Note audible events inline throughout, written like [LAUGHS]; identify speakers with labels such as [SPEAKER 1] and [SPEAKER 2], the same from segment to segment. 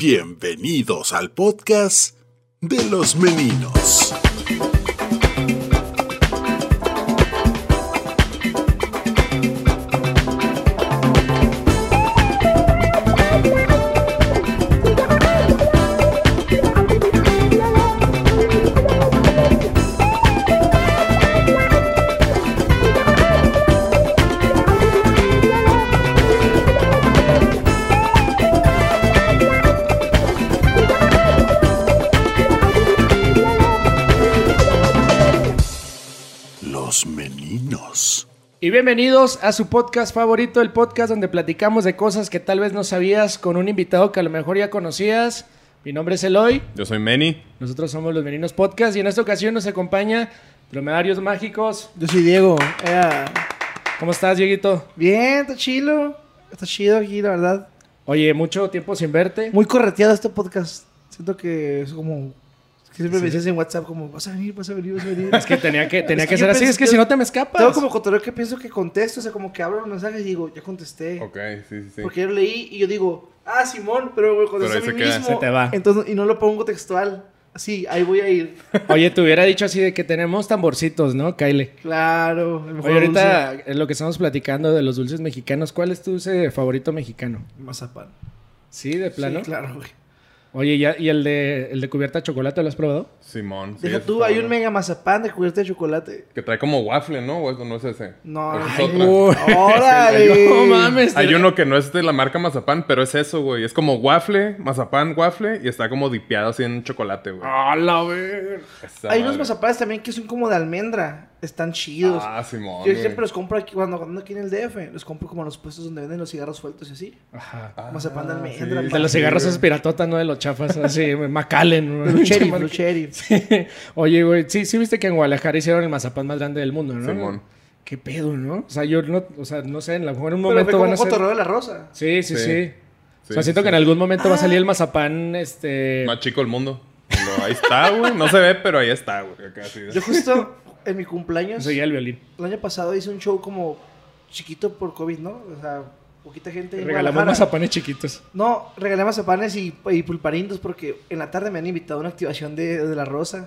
[SPEAKER 1] Bienvenidos al podcast de los meninos. Los meninos.
[SPEAKER 2] Y bienvenidos a su podcast favorito, el podcast donde platicamos de cosas que tal vez no sabías con un invitado que a lo mejor ya conocías. Mi nombre es Eloy,
[SPEAKER 3] Yo soy Manny.
[SPEAKER 2] nosotros somos los Meninos Podcast y en esta ocasión nos acompaña Dromedarios Mágicos.
[SPEAKER 4] Yo soy Diego. eh,
[SPEAKER 2] ¿Cómo estás, Dieguito?
[SPEAKER 4] bien, está chilo. Está chido aquí, la verdad.
[SPEAKER 2] Oye, mucho tiempo sin verte.
[SPEAKER 4] Muy correteado este podcast. Siento que es como. es que siempre me decías en WhatsApp, como, vas a venir, vas a venir, vas a venir.
[SPEAKER 2] Es que tenía que, tenía
[SPEAKER 4] Es
[SPEAKER 2] que,
[SPEAKER 4] que yo
[SPEAKER 2] ser así,
[SPEAKER 4] pensé-
[SPEAKER 2] es que si no te me escapas.
[SPEAKER 4] [LAUGHS] Tengo como cotorreo que pienso que contesto, o sea, como que abro los mensajes y digo, ya contesté.
[SPEAKER 3] Ok, sí, sí, sí.
[SPEAKER 4] Porque yo lo leí y yo digo, ah, Simón, pero me contesté
[SPEAKER 3] Pero ahí
[SPEAKER 4] a mí
[SPEAKER 3] se queda,
[SPEAKER 4] mismo.
[SPEAKER 2] se te va.
[SPEAKER 4] Entonces, y no lo pongo textual. Así, ahí voy a ir.
[SPEAKER 2] Oye, te hubiera dicho así de que tenemos tamborcitos, ¿no, Kyle?
[SPEAKER 4] Claro. el mejor
[SPEAKER 2] Oye, ahorita
[SPEAKER 4] dulce.
[SPEAKER 2] es lo que estamos platicando de los dulces mexicanos, ¿cuál es tu dulce favorito mexicano?
[SPEAKER 4] Mazapán.
[SPEAKER 2] Sí, de plano.
[SPEAKER 4] Sí, claro, güey.
[SPEAKER 2] Oye, ¿ya- ¿y el de, el de cubierta de chocolate lo has probado?
[SPEAKER 3] Simón. sí,
[SPEAKER 4] Deja
[SPEAKER 3] ese
[SPEAKER 4] tú,
[SPEAKER 3] está
[SPEAKER 4] hay
[SPEAKER 3] bueno.
[SPEAKER 4] un mega mazapán de cubierta de chocolate.
[SPEAKER 3] Que trae como waffle, ¿no? O eso no es ese.
[SPEAKER 4] No,
[SPEAKER 3] O esa es
[SPEAKER 4] ay,
[SPEAKER 2] [LAUGHS]
[SPEAKER 3] otra.
[SPEAKER 2] güey.
[SPEAKER 4] ¡Órale!
[SPEAKER 2] No mames.
[SPEAKER 3] Hay uno que no es de la marca Mazapán, pero es eso, güey. Es como waffle, mazapán, waffle, y está como dipeado así en chocolate, güey.
[SPEAKER 2] ¡Hala, güey!
[SPEAKER 3] Esa
[SPEAKER 4] Ah, Hay
[SPEAKER 3] madre.
[SPEAKER 4] unos mazapanes también que son como de almendra. Están chidos.
[SPEAKER 3] Ah, Simón.
[SPEAKER 4] Yo
[SPEAKER 3] güey.
[SPEAKER 4] siempre los compro aquí, cuando ando aquí en el DF, los compro como en los puestos donde venden los cigarros sueltos y así.
[SPEAKER 2] Ajá.
[SPEAKER 3] Ah,
[SPEAKER 4] mazapán de
[SPEAKER 3] sí,
[SPEAKER 4] almendra,
[SPEAKER 3] sí,
[SPEAKER 2] De los
[SPEAKER 3] sí,
[SPEAKER 2] cigarros
[SPEAKER 3] güey.
[SPEAKER 2] esos piratotas, no de los chafas,
[SPEAKER 4] [LAUGHS]
[SPEAKER 2] así, Macallen.
[SPEAKER 4] Blue Cherry, Blue Cherry.
[SPEAKER 2] [LAUGHS] Oye, güey, sí, sí viste que en Guadalajara hicieron el mazapán más grande del mundo, ¿no?
[SPEAKER 3] Simón.
[SPEAKER 2] Qué pedo, ¿no? O sea, yo no, o sea, no sé, en la mejor en un
[SPEAKER 4] Pero
[SPEAKER 2] momento
[SPEAKER 4] fue como
[SPEAKER 2] van a
[SPEAKER 4] un
[SPEAKER 2] ser...
[SPEAKER 4] cotorreo de la rosa.
[SPEAKER 2] Sí, sí, sí.
[SPEAKER 3] Sí.
[SPEAKER 2] o sea,
[SPEAKER 3] Sí,
[SPEAKER 2] siento
[SPEAKER 3] sí,
[SPEAKER 2] que en
[SPEAKER 3] sí.
[SPEAKER 2] algún momento va a
[SPEAKER 4] Ah.
[SPEAKER 2] salir el mazapán, este...
[SPEAKER 3] Más chico el mundo. Pero ahí está, güey. No se ve, pero ahí está, güey. Acá, así.
[SPEAKER 4] Yo justo
[SPEAKER 2] [LAUGHS]
[SPEAKER 4] en mi cumpleaños,
[SPEAKER 2] Soy el violín.
[SPEAKER 4] el año pasado hice un show como chiquito por COVID, ¿no? O sea, poquita gente. en
[SPEAKER 2] Regalamos
[SPEAKER 4] Guadalajara.
[SPEAKER 2] mazapanes chiquitos.
[SPEAKER 4] No, regalé mazapanes y, y pulparindos porque en la tarde me han invitado a una activación de, de la rosa.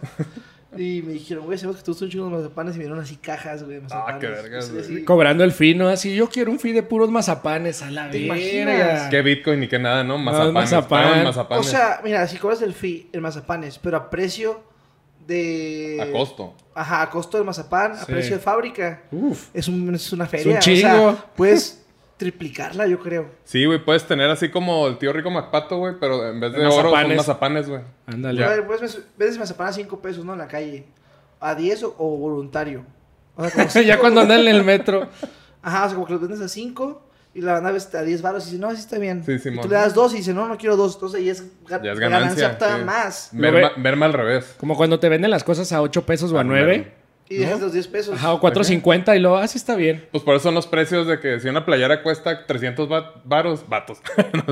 [SPEAKER 4] Y me dijeron, güey, sabemos que tú usas un chingo de mazapanes y me dieron así cajas, güey, de mazapanes.
[SPEAKER 3] Ah, qué vergas,
[SPEAKER 4] Sí,
[SPEAKER 3] güey.
[SPEAKER 4] sí.
[SPEAKER 2] Cobrando el fee, ¿no? Así, yo quiero un fee de puros mazapanes a la
[SPEAKER 4] ¿Te
[SPEAKER 2] verga.
[SPEAKER 4] imaginas?
[SPEAKER 3] Qué Bitcoin ni qué nada, ¿no? Mazapanes.
[SPEAKER 2] mazapán.
[SPEAKER 3] Estaban
[SPEAKER 4] O
[SPEAKER 3] mazapanes.
[SPEAKER 4] sea, mira, si cobras el fee, el mazapanes, pero a precio de...
[SPEAKER 3] a costo.
[SPEAKER 4] Ajá, a costo del mazapán, a
[SPEAKER 2] Sí.
[SPEAKER 4] precio de fábrica.
[SPEAKER 2] Uf.
[SPEAKER 4] Es, un- es una feria. O
[SPEAKER 2] chingo.
[SPEAKER 4] sea, puedes triplicarla, yo creo.
[SPEAKER 3] Sí, güey, puedes tener así como el tío rico MacPato, güey, pero en vez de,
[SPEAKER 2] De
[SPEAKER 3] oro
[SPEAKER 2] mazapanes.
[SPEAKER 3] son mazapanes, güey.
[SPEAKER 2] Ándale.
[SPEAKER 3] Ya.
[SPEAKER 4] A ver, pues, ves- ves mazapán a 5 pesos, ¿no? En la calle. A 10 o, o voluntario. O sea,
[SPEAKER 2] [LAUGHS]
[SPEAKER 4] como
[SPEAKER 2] [LAUGHS] ya cuando anda en el metro.
[SPEAKER 4] Ajá, o sea, como que los vendes a 5 y la banda ves a 10 baros y dice, no, sí está bien.
[SPEAKER 3] Sí,
[SPEAKER 4] y
[SPEAKER 3] Simón.
[SPEAKER 4] tú le das 2 y dice, no, no quiero 2. Entonces ya es, ga-
[SPEAKER 3] Ya es ganancia.
[SPEAKER 4] todavía
[SPEAKER 3] sí.
[SPEAKER 4] más.
[SPEAKER 2] No,
[SPEAKER 3] Verma,
[SPEAKER 2] ve-
[SPEAKER 3] verma al revés.
[SPEAKER 2] Como cuando te venden las cosas a 8 pesos o a
[SPEAKER 3] Ah,
[SPEAKER 2] 9.
[SPEAKER 3] claro.
[SPEAKER 4] Y dejas los 10 pesos.
[SPEAKER 2] Ajá, o 4.50 y luego, ah, sí está bien.
[SPEAKER 3] Pues por eso son los precios de que si una playera cuesta 300 va- varos, vatos, [LAUGHS] no,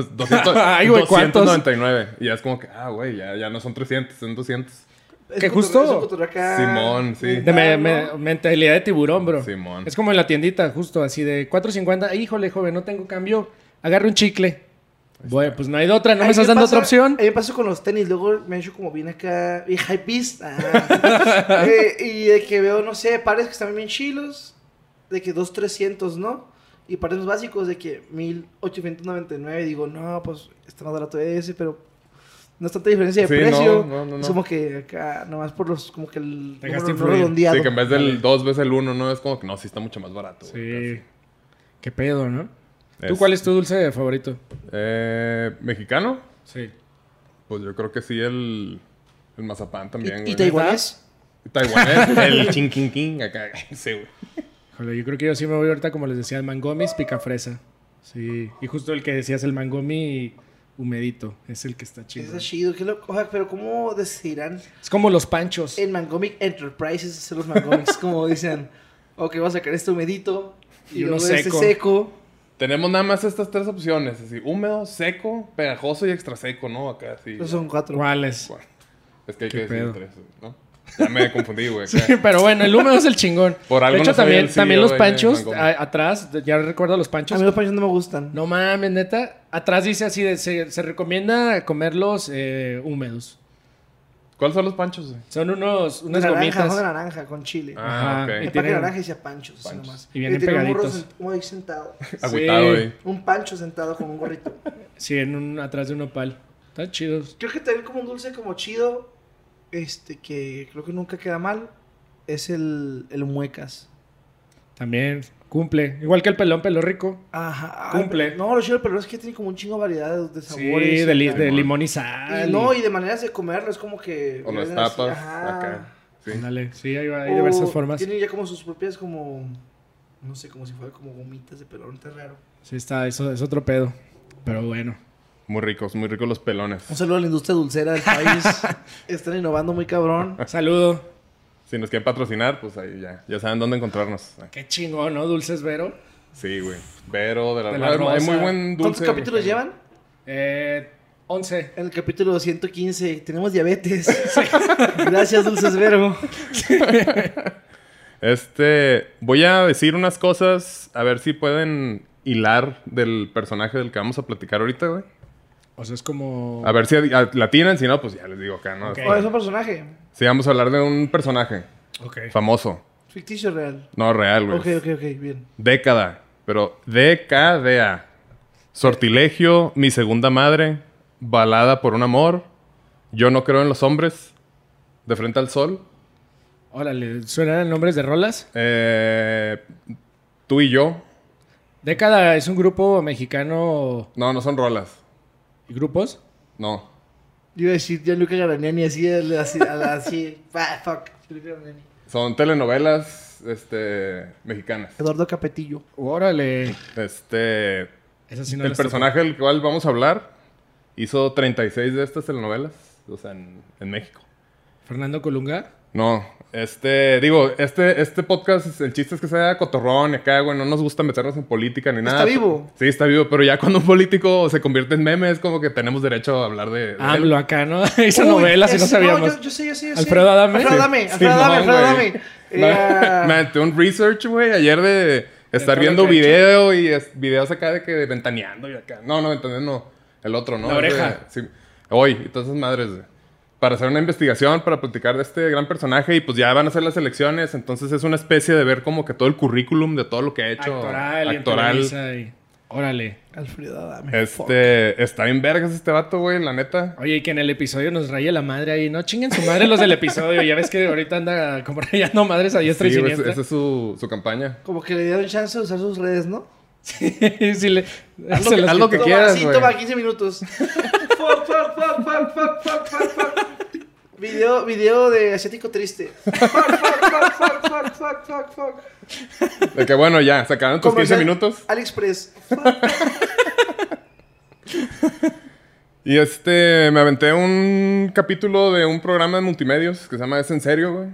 [SPEAKER 2] [LAUGHS]
[SPEAKER 3] 200,
[SPEAKER 2] Ay, güey, ¿cuántos?
[SPEAKER 3] 299. Y ya es como que, ah, güey, ya, ya no son 300, son 200.
[SPEAKER 4] Es
[SPEAKER 2] que
[SPEAKER 4] cotorreo-
[SPEAKER 2] justo-
[SPEAKER 4] es un cotorreo acá.
[SPEAKER 3] Simón, sí.
[SPEAKER 2] De
[SPEAKER 4] Ah,
[SPEAKER 2] me-
[SPEAKER 4] ¿no?
[SPEAKER 2] me- mentalidad de tiburón, bro.
[SPEAKER 3] Simón.
[SPEAKER 2] Es como en la tiendita, justo así de 4.50. Híjole, joven, no tengo cambio. Agarre un chicle. Bueno, pues no hay de otra, no
[SPEAKER 4] A
[SPEAKER 2] me
[SPEAKER 4] mí
[SPEAKER 2] estás dando
[SPEAKER 4] pasa-
[SPEAKER 2] otra opción.
[SPEAKER 4] A mí me pasó con los tenis. Luego me he hecho como bien acá. Y hype beast.
[SPEAKER 2] [LAUGHS]
[SPEAKER 4] Ah. Eh, y de que veo, no sé, pares que están bien chilos. De que 2, 300, ¿no? Y pares básicos de que 1899. Digo, no, pues está más barato ese, pero. No es tanta diferencia de
[SPEAKER 3] Sí, no,
[SPEAKER 4] precio.
[SPEAKER 3] no, no, no.
[SPEAKER 4] Es como que acá, nomás por los. Como que el.
[SPEAKER 2] Dejaste
[SPEAKER 4] número no
[SPEAKER 2] influir.
[SPEAKER 4] redondeado.
[SPEAKER 3] Sí, que en vez del 2 ves el 1, ¿no? Es como que no, sí está mucho más barato. güey,
[SPEAKER 2] Sí. Qué pedo, ¿no? ¿Tú
[SPEAKER 3] Es-
[SPEAKER 2] cuál es tu dulce favorito?
[SPEAKER 3] casi. Eh, ¿Mexicano?
[SPEAKER 2] Sí.
[SPEAKER 3] Pues yo creo que sí el, el mazapán también,
[SPEAKER 4] ¿Y, y
[SPEAKER 3] güey.
[SPEAKER 4] taiwanés?
[SPEAKER 3] Taiwanés,
[SPEAKER 4] [LAUGHS]
[SPEAKER 3] el chin king king, acá, [LAUGHS] sí, güey.
[SPEAKER 2] Híjole, yo creo que yo sí me voy ahorita, como les decía, el mangomis pica fresa. Sí. Y justo el que decías, el mangomi humedito. Es el que está chido.
[SPEAKER 4] Está chido. Qué loco. O sea, pero ¿cómo decidirán?
[SPEAKER 2] Es como los panchos.
[SPEAKER 4] En Mangomic Enterprises, son los Mangomics,
[SPEAKER 2] [LAUGHS]
[SPEAKER 4] como dicen, ok, vamos a sacar este humedito y,
[SPEAKER 2] Y uno
[SPEAKER 4] luego este
[SPEAKER 2] seco.
[SPEAKER 4] seco.
[SPEAKER 3] Tenemos nada más estas tres opciones, así, húmedo, seco, pegajoso y extra seco, ¿no? Acá, sí.
[SPEAKER 4] Esos son cuatro.
[SPEAKER 2] ¿Cuáles?
[SPEAKER 3] Bueno, es que hay que
[SPEAKER 2] Qué
[SPEAKER 3] decir
[SPEAKER 2] pedo.
[SPEAKER 3] tres, ¿no? Ya me confundí, güey.
[SPEAKER 2] Sí,
[SPEAKER 3] acá.
[SPEAKER 2] [LAUGHS] pero bueno, el húmedo es el chingón.
[SPEAKER 3] Por
[SPEAKER 2] de
[SPEAKER 3] algo
[SPEAKER 2] hecho,
[SPEAKER 3] no soy
[SPEAKER 2] también,
[SPEAKER 3] el CEO
[SPEAKER 2] también los
[SPEAKER 3] de
[SPEAKER 2] panchos
[SPEAKER 3] Mangomi.
[SPEAKER 2] a- atrás, ya recuerdo los
[SPEAKER 4] A
[SPEAKER 2] panchos.
[SPEAKER 4] mí los panchos no me gustan.
[SPEAKER 2] No mames, neta. Atrás dice así, de, se, se recomienda comerlos eh, húmedos.
[SPEAKER 3] ¿Cuáles son los panchos? güey?
[SPEAKER 2] Son unos, unas
[SPEAKER 4] naranja,
[SPEAKER 2] gomitas.
[SPEAKER 4] no de naranja con chile.
[SPEAKER 3] Ah, ok.
[SPEAKER 2] y
[SPEAKER 4] El paquete de
[SPEAKER 2] tienen-
[SPEAKER 4] naranja decía panchos, así
[SPEAKER 3] Panchos.
[SPEAKER 4] nomás.
[SPEAKER 2] Y vienen
[SPEAKER 4] tenía un
[SPEAKER 2] pegaditos.
[SPEAKER 4] gorro sent- un
[SPEAKER 2] [LAUGHS]
[SPEAKER 4] güey sentado.
[SPEAKER 3] Agüitado, güey.
[SPEAKER 4] Un pancho sentado con un gorrito.
[SPEAKER 2] Sí, en un, atrás de un opal. Están chidos.
[SPEAKER 4] Creo que también como un dulce como chido, este, que creo que nunca queda mal, es el, el muecas.
[SPEAKER 2] También cumple. Igual que el pelón, pelo rico.
[SPEAKER 4] Ajá.
[SPEAKER 2] Cumple.
[SPEAKER 4] No, lo chido, pero es que tiene como un chingo de variedad de, de
[SPEAKER 2] Sí,
[SPEAKER 4] sabores.
[SPEAKER 2] de, li-
[SPEAKER 4] acá.
[SPEAKER 2] de limón y
[SPEAKER 4] Y
[SPEAKER 2] sal.
[SPEAKER 4] no,
[SPEAKER 2] y-
[SPEAKER 4] y de maneras de comerlo, es como que...
[SPEAKER 3] O las
[SPEAKER 4] venden así,
[SPEAKER 3] tapas.
[SPEAKER 4] ajá.
[SPEAKER 3] Acá. Sí.
[SPEAKER 2] Ándale, sí, hay, hay
[SPEAKER 4] O
[SPEAKER 2] diversas formas.
[SPEAKER 4] Tienen ya como sus propias como... No sé, como si fuera como gomitas de pelón, está raro.
[SPEAKER 2] Sí, está, eso es otro pedo. Pero
[SPEAKER 4] [LAUGHS]
[SPEAKER 2] bueno.
[SPEAKER 3] Muy ricos, muy ricos los pelones.
[SPEAKER 4] Un saludo a la industria dulcera del país. [LAUGHS] Están innovando muy cabrón.
[SPEAKER 2] Saludo.
[SPEAKER 3] Si nos quieren patrocinar, pues ahí ya. Ya saben dónde encontrarnos.
[SPEAKER 2] Qué chingón, ¿no? Dulces Vero.
[SPEAKER 3] Sí, güey. Pero de la,
[SPEAKER 2] De la
[SPEAKER 3] Hay- Hay
[SPEAKER 2] Rosa.
[SPEAKER 3] muy buen dulce.
[SPEAKER 4] ¿Cuántos capítulos
[SPEAKER 3] mexicano.
[SPEAKER 4] llevan?
[SPEAKER 2] Eh, 11.
[SPEAKER 4] En el capítulo 115 tenemos diabetes. [LAUGHS] Gracias, Dulces Vero.
[SPEAKER 3] Este. Voy a decir unas cosas. A ver si pueden hilar del personaje del que vamos a platicar ahorita, güey.
[SPEAKER 2] O sea, es como.
[SPEAKER 3] A ver si a- a- la tienen. Si no, pues ya les digo acá, ¿no?
[SPEAKER 2] Ok.
[SPEAKER 4] Oh, es un personaje
[SPEAKER 3] Sí, vamos a hablar de un personaje
[SPEAKER 2] Ok.
[SPEAKER 3] famoso.
[SPEAKER 4] ficticio real.
[SPEAKER 3] No, real, güey.
[SPEAKER 4] Ok, ok, ok, bien.
[SPEAKER 3] Década. Pero DKDA. Sortilegio, mi segunda madre. Balada por un amor. Yo no creo en los hombres. De frente al sol.
[SPEAKER 2] Órale, ¿suenan nombres de rolas?
[SPEAKER 3] Eh, tú y yo.
[SPEAKER 2] Década es un grupo mexicano.
[SPEAKER 3] No, no son rolas.
[SPEAKER 2] ¿y ¿Grupos?
[SPEAKER 3] No.
[SPEAKER 4] Yo iba a decir Gianluca Garaniani así, a la- así, a la- así. [LAUGHS] pa, fuck. Gianluca Garaniani.
[SPEAKER 3] Son telenovelas este, mexicanas.
[SPEAKER 4] Eduardo Capetillo.
[SPEAKER 2] Órale.
[SPEAKER 3] Este,
[SPEAKER 2] Esa sí no
[SPEAKER 3] el
[SPEAKER 2] las topo.
[SPEAKER 3] personaje del cual vamos a hablar hizo 36 de estas telenovelas. O sea, en- en México.
[SPEAKER 2] Fernando Colunga.
[SPEAKER 3] No, este, digo, este, este podcast, el chiste es que sea cotorrón y acá, güey, no nos gusta meternos en política ni nada.
[SPEAKER 4] vivo.
[SPEAKER 3] Sí, está vivo, pero ya cuando un político se convierte en meme es como que tenemos derecho a hablar de... de él.
[SPEAKER 2] AMLO Ah, acá, ¿no? [LAUGHS] Hizo
[SPEAKER 4] Uy,
[SPEAKER 2] novelas y no
[SPEAKER 4] ese-
[SPEAKER 2] sabíamos.
[SPEAKER 4] yo, yo sé, yo sé, yo sé.
[SPEAKER 2] Alfredo Adame.
[SPEAKER 4] Alfredo Adame,
[SPEAKER 3] Sí,
[SPEAKER 4] Alfredo
[SPEAKER 3] no,
[SPEAKER 4] Adame, Alfredo
[SPEAKER 3] güey.
[SPEAKER 4] Adame.
[SPEAKER 3] Me-
[SPEAKER 4] Eh,
[SPEAKER 3] [LAUGHS] Me aventé un research, güey, ayer de
[SPEAKER 2] todo
[SPEAKER 3] estar
[SPEAKER 2] lo
[SPEAKER 3] viendo
[SPEAKER 2] que ha hecho.
[SPEAKER 3] video y es- videos acá de que ventaneando y acá. No, no, entonces no. El otro, ¿no?
[SPEAKER 2] La oreja.
[SPEAKER 3] Ese- sí. Hoy, y todas esas madres, güey. Para hacer una investigación, para platicar de este gran personaje y pues ya van a ser las elecciones. Entonces es una especie de ver como que todo el currículum de todo lo que ha hecho.
[SPEAKER 2] Actoral, y en Televisa y- Órale.
[SPEAKER 4] Alfredo Adame. fuck.
[SPEAKER 3] Este, está bien vergas este vato, güey, la neta.
[SPEAKER 2] Oye, y que en el episodio nos raye la madre ahí, ¿no? Chinguen su madre los del episodio. Ya ves que ahorita anda como [LAUGHS] rayando madres a diestra
[SPEAKER 3] Sí,
[SPEAKER 2] y
[SPEAKER 3] güey,
[SPEAKER 2] siniestra.
[SPEAKER 3] esa es su, su campaña.
[SPEAKER 4] Como que le dieron chance de usar sus redes, ¿no?
[SPEAKER 2] [LAUGHS] Sí, le-
[SPEAKER 3] Haz lo
[SPEAKER 2] se
[SPEAKER 3] que-
[SPEAKER 2] los
[SPEAKER 3] haz lo que
[SPEAKER 2] quitó.
[SPEAKER 4] Toma,
[SPEAKER 3] quieras,
[SPEAKER 4] sí,
[SPEAKER 3] güey.
[SPEAKER 4] toma 15 minutos. [LAUGHS] Fuck, fuck, fuck, fuck, fuck, fuck, fuck, fuck. Video, video de asiático triste. Fuck, fuck, fuck, fuck, fuck, fuck, fuck, fuck.
[SPEAKER 3] De que bueno, ya, se acabaron tus 15
[SPEAKER 4] Comercial
[SPEAKER 3] minutos. [LAUGHS]
[SPEAKER 4] AliExpress. Fuck.
[SPEAKER 3] Y este, me aventé un capítulo de un programa de multimedios que se llama Es en serio, güey.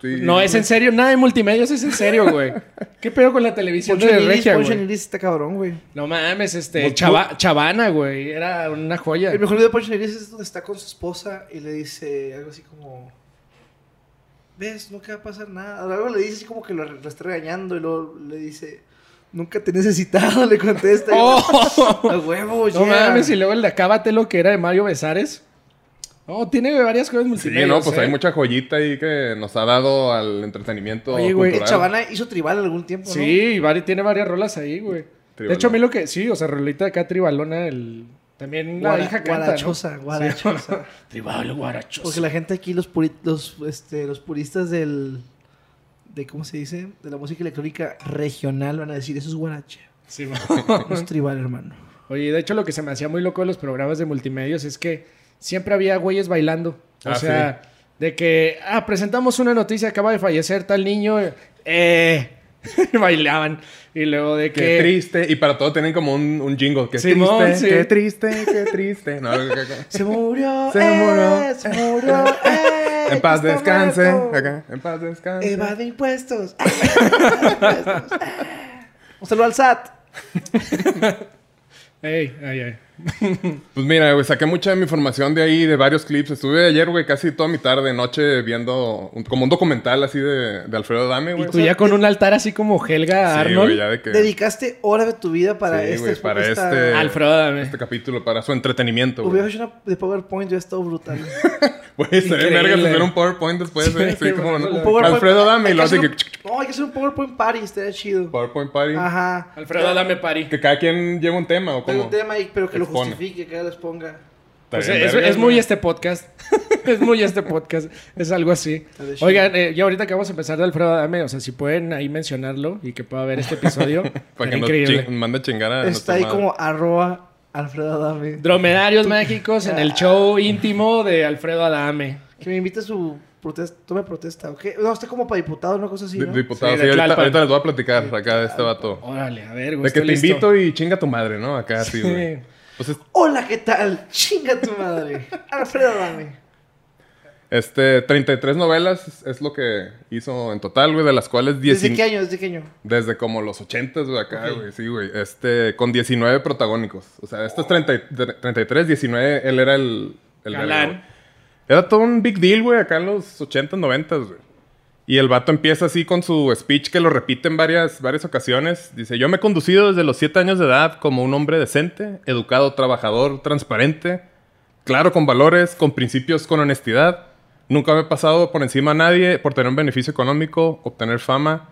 [SPEAKER 3] Sí.
[SPEAKER 2] No, es en serio. Nada de multimedios es en serio, güey. ¿Qué pedo con la televisión
[SPEAKER 4] Poncho
[SPEAKER 2] de
[SPEAKER 4] Niris,
[SPEAKER 2] Regia,
[SPEAKER 4] Poncho
[SPEAKER 2] güey?
[SPEAKER 4] Niris está cabrón, güey.
[SPEAKER 2] No mames, este...
[SPEAKER 3] Mul-
[SPEAKER 2] Chava- Chavana, güey. Era una joya. [LAUGHS]
[SPEAKER 4] El mejor video de Poncho Niris es donde está con su esposa y le dice algo así como... ¿Ves? Nunca va a pasar nada. Algo le dice así como que lo, lo está regañando y luego le dice... Nunca te he necesitado, [LAUGHS] le contesta. Y-
[SPEAKER 2] ¡Oh!
[SPEAKER 4] ¡A huevo,
[SPEAKER 2] No
[SPEAKER 4] yeah!
[SPEAKER 2] mames, y luego el de Acábatelo, que era de Mario Besares. No, tiene varias cosas
[SPEAKER 3] Sí,
[SPEAKER 2] multimedios.
[SPEAKER 3] no, pues
[SPEAKER 2] ¿eh?
[SPEAKER 3] hay mucha joyita ahí que nos ha dado al entretenimiento
[SPEAKER 2] Oye, güey,
[SPEAKER 4] El
[SPEAKER 3] cultural.
[SPEAKER 4] Eh, Chavana hizo tribal algún tiempo,
[SPEAKER 2] Sí,
[SPEAKER 4] ¿no?
[SPEAKER 2] y vari- tiene varias rolas ahí, güey. De
[SPEAKER 3] Tribalona.
[SPEAKER 2] hecho, a mí lo que... Sí, o sea, rolita acá tribalona, el... También la
[SPEAKER 4] Guara-
[SPEAKER 2] hija canta, ¿no?
[SPEAKER 4] guarachosa,
[SPEAKER 2] [LAUGHS]
[SPEAKER 4] guarachosa.
[SPEAKER 2] Tribal, guarachosa.
[SPEAKER 4] Porque la gente aquí, los, puri- los, este, los puristas del... De, ¿Cómo se dice? De la música electrónica regional van a decir, eso es guarache.
[SPEAKER 2] Sí, mo- [LAUGHS]
[SPEAKER 4] No es tribal, hermano.
[SPEAKER 2] Oye, de hecho lo que se me hacía muy loco de los programas de multimedios es que siempre había güeyes bailando. O
[SPEAKER 3] Ah,
[SPEAKER 2] sea, de que, ah, presentamos una noticia, acaba de fallecer tal niño, eh, [LAUGHS] y bailaban. Y luego de
[SPEAKER 3] Qué
[SPEAKER 2] que...
[SPEAKER 3] triste. Y para todo tienen como un, un jingle. Qué
[SPEAKER 2] Simón,
[SPEAKER 3] triste,
[SPEAKER 2] sí.
[SPEAKER 3] qué triste, qué triste. No, acá, acá.
[SPEAKER 4] Se murió,
[SPEAKER 3] Se
[SPEAKER 4] eh,
[SPEAKER 3] murió. [LAUGHS]
[SPEAKER 4] se murió, eh,
[SPEAKER 3] en paz
[SPEAKER 4] está
[SPEAKER 3] descanse.
[SPEAKER 4] muerto.
[SPEAKER 3] Acá, en paz descanse. [LAUGHS]
[SPEAKER 4] Evade impuestos. eh, impuestos, eh. Un saludo al SAT.
[SPEAKER 2] Ey, ay, ay.
[SPEAKER 3] Pues mira, güey, saqué mucha de mi información de ahí, de varios clips. Estuve ayer, güey, casi toda mi tarde, noche, viendo un- como un documental así de, de Alfredo Adame,
[SPEAKER 2] Y
[SPEAKER 3] güey.
[SPEAKER 2] tú ya con un altar así como Helga
[SPEAKER 3] Sí,
[SPEAKER 2] Arnold.
[SPEAKER 3] güey, ya de que...
[SPEAKER 4] Dedicaste horas de tu vida para
[SPEAKER 3] Sí,
[SPEAKER 4] este...
[SPEAKER 3] güey, para
[SPEAKER 4] esta-
[SPEAKER 3] este-
[SPEAKER 2] Alfredo Adame.
[SPEAKER 3] Este capítulo para su entretenimiento, güey.
[SPEAKER 4] Hubiera hecho una de PowerPoint, hubiera
[SPEAKER 3] [LAUGHS]
[SPEAKER 4] estado brutal.
[SPEAKER 3] Güey, estaría
[SPEAKER 2] Increíble.
[SPEAKER 3] vergas hacer un PowerPoint después,
[SPEAKER 2] Sí,
[SPEAKER 3] güey. Sí, como,
[SPEAKER 2] un
[SPEAKER 3] ¿no?
[SPEAKER 4] PowerPoint-
[SPEAKER 3] Alfredo Adame y
[SPEAKER 4] hay
[SPEAKER 3] lo hace
[SPEAKER 4] hacer
[SPEAKER 3] que...
[SPEAKER 4] un- No, hay que hacer un PowerPoint party, estaría chido.
[SPEAKER 3] PowerPoint Party.
[SPEAKER 4] Ajá.
[SPEAKER 2] Alfredo Adame Pari.
[SPEAKER 3] Que cada quien lleva un tema o
[SPEAKER 4] Hay
[SPEAKER 3] como...
[SPEAKER 4] un tema ahí, pero que
[SPEAKER 3] Expone.
[SPEAKER 4] lo justifique, que les ponga.
[SPEAKER 3] Estaría
[SPEAKER 2] O sea,
[SPEAKER 3] bien
[SPEAKER 2] Pues, es,
[SPEAKER 3] vergas,
[SPEAKER 2] es muy
[SPEAKER 3] güey.
[SPEAKER 2] este podcast. [LAUGHS] es muy este podcast. Es algo así.
[SPEAKER 4] Está de chido.
[SPEAKER 2] Oigan, eh, ya ahorita que vamos a empezar de Alfredo Adame, o sea, si pueden ahí mencionarlo y que pueda ver este
[SPEAKER 3] [LAUGHS]
[SPEAKER 2] episodio.
[SPEAKER 3] Para
[SPEAKER 2] será
[SPEAKER 3] que nos
[SPEAKER 2] increíble.
[SPEAKER 3] ching- manda a chingar a
[SPEAKER 4] Está
[SPEAKER 3] nuestra
[SPEAKER 4] ahí
[SPEAKER 3] madre.
[SPEAKER 4] como arroba Alfredo Adame.
[SPEAKER 2] Dromedarios mágicos en
[SPEAKER 4] Ah.
[SPEAKER 2] el show íntimo de Alfredo Adame.
[SPEAKER 4] Que me invite a su protesta, tome protesta, ¿ok? No, está como para diputado, una cosa así,
[SPEAKER 3] Di-
[SPEAKER 4] ¿no?
[SPEAKER 3] Diputado,
[SPEAKER 2] Sí,
[SPEAKER 3] sí,
[SPEAKER 2] de
[SPEAKER 3] ahorita,
[SPEAKER 2] Tlalpan.
[SPEAKER 3] ahorita les voy a platicar acá de este vato.
[SPEAKER 2] Órale, a ver, güey.
[SPEAKER 3] De que te
[SPEAKER 2] estoy listo.
[SPEAKER 3] invito y chinga tu madre, ¿no? Acá
[SPEAKER 2] Sí.
[SPEAKER 3] sí, güey. Entonces,
[SPEAKER 4] Hola, ¿qué tal? Chinga tu madre. Alfredo Adame.
[SPEAKER 3] este, 33 novelas es, es lo que hizo en total, güey, de las cuales
[SPEAKER 4] ¿Desde qué
[SPEAKER 3] 19...
[SPEAKER 4] año? ¿Desde qué año?
[SPEAKER 3] Desde como los 80, güey, acá,
[SPEAKER 4] Ok.
[SPEAKER 3] güey, sí, güey. Este, con 19 protagónicos. O sea, estos 30 y- 33, 19, él era el... el verga, güey.
[SPEAKER 2] Galán.
[SPEAKER 3] Era todo un big deal, güey, acá en los 80, 90, güey. Y el vato empieza así con su speech que lo repite en varias, varias ocasiones. Dice, yo me he conducido desde los 7 años de edad como un hombre decente, educado, trabajador, transparente, claro con valores, con principios, con honestidad. Nunca me he pasado por encima a nadie por tener un beneficio económico, obtener fama,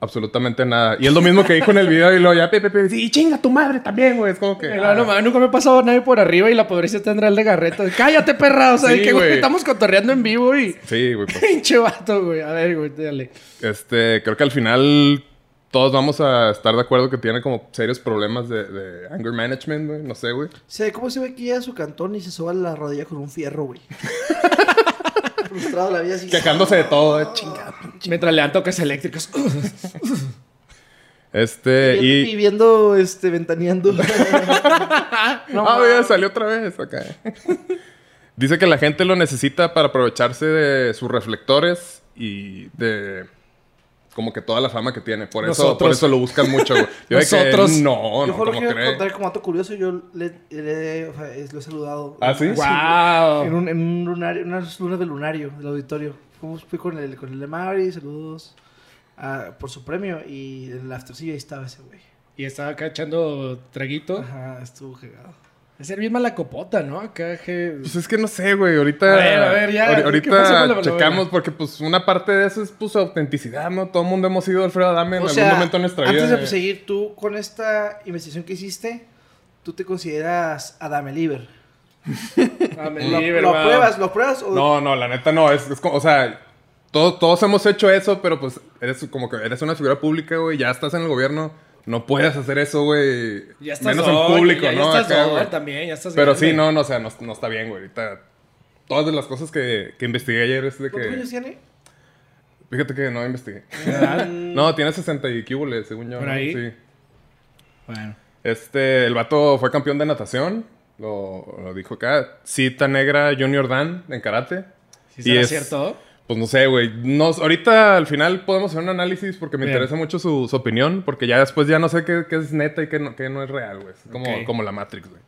[SPEAKER 3] absolutamente nada. Y es lo mismo que dijo en el video y luego ya, pepe, pepe, sí, chinga tu madre también, güey. Es como que...
[SPEAKER 2] Eh, no, no,
[SPEAKER 3] ah.
[SPEAKER 2] mames, nunca me ha pasado nadie por arriba y la pobreza tendrá el de garreta. [LAUGHS] Cállate, perra. O sea,
[SPEAKER 3] Sí,
[SPEAKER 2] que güey,
[SPEAKER 3] güey.
[SPEAKER 2] estamos cotorreando en vivo y. [LAUGHS]
[SPEAKER 3] Sí, güey, pues.
[SPEAKER 2] Pinche vato, güey. A ver, güey, dale.
[SPEAKER 3] Este, creo que al final todos vamos a estar de acuerdo que tiene como serios problemas de, de anger management, güey. No sé, güey.
[SPEAKER 4] Se ve cómo se ve que llega a su cantón y se soba la rodilla con un fierro, güey. [LAUGHS] Frustrado la vida así.
[SPEAKER 3] Quejándose de todo, eh, chingada.
[SPEAKER 2] Mientras le dan toques eléctricos. [LAUGHS]
[SPEAKER 3] Este,
[SPEAKER 4] Y
[SPEAKER 3] y.
[SPEAKER 4] viendo,
[SPEAKER 3] [LAUGHS]
[SPEAKER 4] este, ventaneando.
[SPEAKER 2] No,
[SPEAKER 3] ah, mira, salió otra vez acá. [LAUGHS] Dice que la gente lo necesita para aprovecharse de sus reflectores y de. Como que toda la fama que tiene. Por eso, por
[SPEAKER 2] Nosotros.
[SPEAKER 3] eso lo buscan mucho,
[SPEAKER 2] [LAUGHS]
[SPEAKER 3] güey. Yo de que,
[SPEAKER 2] Nosotros.
[SPEAKER 3] no,
[SPEAKER 4] yo
[SPEAKER 3] no,
[SPEAKER 4] fue
[SPEAKER 3] ¿cómo
[SPEAKER 4] lo que iba a
[SPEAKER 3] crees?
[SPEAKER 4] contar como dato curioso. Yo le, le- o sea, es- lo he saludado.
[SPEAKER 3] ¿Ah, sí?
[SPEAKER 2] Wow.
[SPEAKER 4] En un, en un lunario, unas lunas de lunario del auditorio. Fuimos- Fui con el, con el de Mari, saludos ah, por su premio. Y en el aftercillo ahí estaba ese güey.
[SPEAKER 2] Y estaba acá echando traguito.
[SPEAKER 4] Ajá, estuvo cagado.
[SPEAKER 2] Va a ser bien mala copota, ¿no? Acá que...
[SPEAKER 3] Pues es que no sé, güey. Ahorita.
[SPEAKER 2] A ver, a ver, ya,
[SPEAKER 3] ahori-
[SPEAKER 2] ¿qué pasó con la
[SPEAKER 3] Ahorita
[SPEAKER 2] novela?
[SPEAKER 3] checamos, porque pues una parte de eso es pues autenticidad, ¿no? Todo el mundo hemos sido Alfredo Adame en
[SPEAKER 4] O
[SPEAKER 3] algún
[SPEAKER 4] sea,
[SPEAKER 3] momento de nuestra
[SPEAKER 4] antes
[SPEAKER 3] vida.
[SPEAKER 4] de pues,
[SPEAKER 3] güey.
[SPEAKER 4] seguir, tú con esta investigación que hiciste, tú te consideras Adame Liber.
[SPEAKER 2] [LAUGHS] Ah, me
[SPEAKER 4] ¿Lo,
[SPEAKER 2] libre,
[SPEAKER 4] lo
[SPEAKER 2] wow.
[SPEAKER 4] apruebas? ¿Lo apruebas? O...
[SPEAKER 3] No, no, la neta no. Es, es como, o sea, todos, todos hemos hecho eso, pero pues eres como que eres una figura pública, güey. Ya estás en el gobierno. No puedes hacer eso, güey.
[SPEAKER 2] Ya estás
[SPEAKER 3] Menos
[SPEAKER 2] old,
[SPEAKER 3] en público,
[SPEAKER 2] ya, ya
[SPEAKER 3] ¿no?
[SPEAKER 2] estás
[SPEAKER 3] Acá,
[SPEAKER 2] old
[SPEAKER 3] güey.
[SPEAKER 2] también, ya estás
[SPEAKER 3] Pero sí,
[SPEAKER 2] grande.
[SPEAKER 3] no, no, o sea, no, no está bien, güey. Ahorita. Todas las cosas que, que investigué ayer es de
[SPEAKER 4] ¿Cuántos años
[SPEAKER 3] que.
[SPEAKER 4] tiene?
[SPEAKER 3] Fíjate que no investigué.
[SPEAKER 2] ¿Verdad?
[SPEAKER 3] No, tiene 60 y cúbole, según yo.
[SPEAKER 2] Mm. Por
[SPEAKER 3] ¿no?
[SPEAKER 2] ahí.
[SPEAKER 3] Sí.
[SPEAKER 2] Bueno.
[SPEAKER 3] Este, el vato fue campeón de natación. Lo, lo dijo acá. Cita negra Junior Dan en karate.
[SPEAKER 2] ¿Sí
[SPEAKER 3] Y
[SPEAKER 2] será
[SPEAKER 3] es-
[SPEAKER 2] cierto?
[SPEAKER 3] Pues no sé, güey. Nos- ahorita al final podemos hacer un análisis porque me
[SPEAKER 2] Bien.
[SPEAKER 3] interesa mucho su, su opinión. Porque ya después ya no sé qué, qué es neta y qué no, qué no es real, güey. Es Como,
[SPEAKER 2] Ok.
[SPEAKER 3] como la Matrix, güey.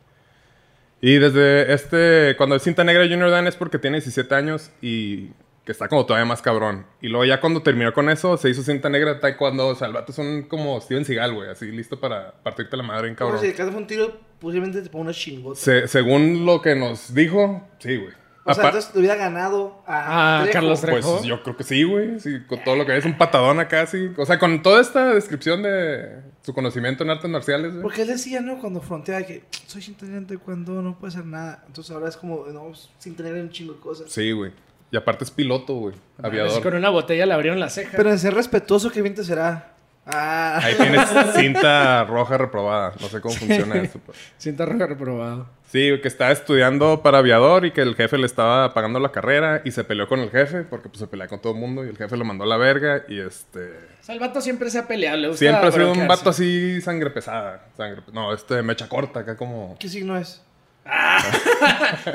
[SPEAKER 3] Y desde este, cuando es cinta negra Junior Dan es porque tiene 17 años y que está como todavía más cabrón. Y luego ya cuando terminó con eso, se hizo cinta negra de taekwondo. O sea, el vato es un como Steven Seagal, güey. Así listo para partirte la madre en
[SPEAKER 4] Como
[SPEAKER 3] cabrón.
[SPEAKER 4] Si le cagas un tiro, posiblemente te pongo una chingota.
[SPEAKER 3] Se- según lo que nos dijo, sí, güey.
[SPEAKER 4] O sea,
[SPEAKER 3] Apa-
[SPEAKER 4] entonces te hubiera ganado a,
[SPEAKER 2] Ah,
[SPEAKER 4] Trejo.
[SPEAKER 2] Carlos Trejo.
[SPEAKER 3] pues yo creo que sí, güey. Sí, con todo lo que es un patadón acá, sí. O sea, con toda esta descripción de su conocimiento en artes marciales, güey.
[SPEAKER 4] Porque él decía, ¿no? Cuando fronteaba que soy sin tener cuando no puede hacer nada. Entonces ahora es como, no, sin tener un chingo de cosas.
[SPEAKER 3] Sí, güey. Y aparte es piloto, güey.
[SPEAKER 4] Ah,
[SPEAKER 2] Así
[SPEAKER 3] Aviador.
[SPEAKER 2] con una botella le abrieron la ceja.
[SPEAKER 4] Pero de ser respetuoso, ¿qué bien te será? Ah.
[SPEAKER 3] Ahí tienes cinta roja reprobada. No sé cómo
[SPEAKER 4] [LAUGHS]
[SPEAKER 3] funciona eso. pues.
[SPEAKER 2] Cinta roja reprobado.
[SPEAKER 3] Sí, güey, que estaba estudiando para aviador y que el jefe le estaba pagando la carrera y se peleó con el jefe porque pues se pelea con todo el mundo y el jefe lo mandó a la verga y este...
[SPEAKER 2] O sea, el vato siempre se ha peleado. le gusta
[SPEAKER 3] Pues Siempre ha sido un
[SPEAKER 2] bronquearse.
[SPEAKER 3] vato así sangre pesada. Sangre, no, este mecha corta acá como
[SPEAKER 4] [LAUGHS] ¿Qué signo es?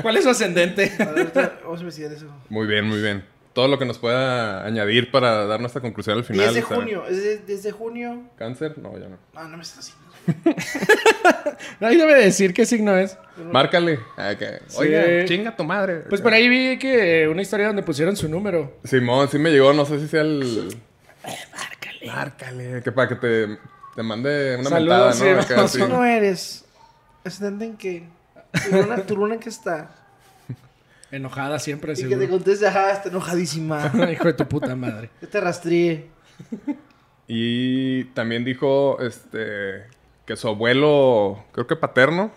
[SPEAKER 2] ¿Cuál es su ascendente? [LAUGHS]
[SPEAKER 4] A ver, ahorita vamos a investigar eso.
[SPEAKER 3] Muy bien, muy bien. todo lo que nos pueda añadir para dar nuestra conclusión al final.
[SPEAKER 4] 10 de
[SPEAKER 3] ¿sabes?
[SPEAKER 4] junio, es de- desde junio.
[SPEAKER 3] ¿Cáncer? No, ya no.
[SPEAKER 4] Ah, no me estás haciendo.
[SPEAKER 2] Ahí debe decir qué signo es.
[SPEAKER 3] Márcale. Ah, que- Oiga, chinga tu madre.
[SPEAKER 2] Pues por ahí vi que eh, una historia donde pusieron su número.
[SPEAKER 3] Simón, sí me llegó, no sé si sea el.
[SPEAKER 4] Eh,
[SPEAKER 3] Márcale. Márcale. Que para que te, te mande una mentada,
[SPEAKER 2] Saludos,
[SPEAKER 3] ¿no?
[SPEAKER 2] sí,
[SPEAKER 3] Acá,
[SPEAKER 2] no,
[SPEAKER 3] sí.
[SPEAKER 4] Tú no eres. ¿Entienden que tu luna, tu luna
[SPEAKER 3] [LAUGHS]
[SPEAKER 4] que está.
[SPEAKER 2] Enojada siempre,
[SPEAKER 4] Y que te
[SPEAKER 2] seguro.
[SPEAKER 4] conteste, ajá, está enojadísima.
[SPEAKER 2] [LAUGHS]
[SPEAKER 3] [LAUGHS]
[SPEAKER 2] Hijo de tu puta madre.
[SPEAKER 4] Que te rastríe.
[SPEAKER 3] Y también dijo este que su abuelo, creo que paterno,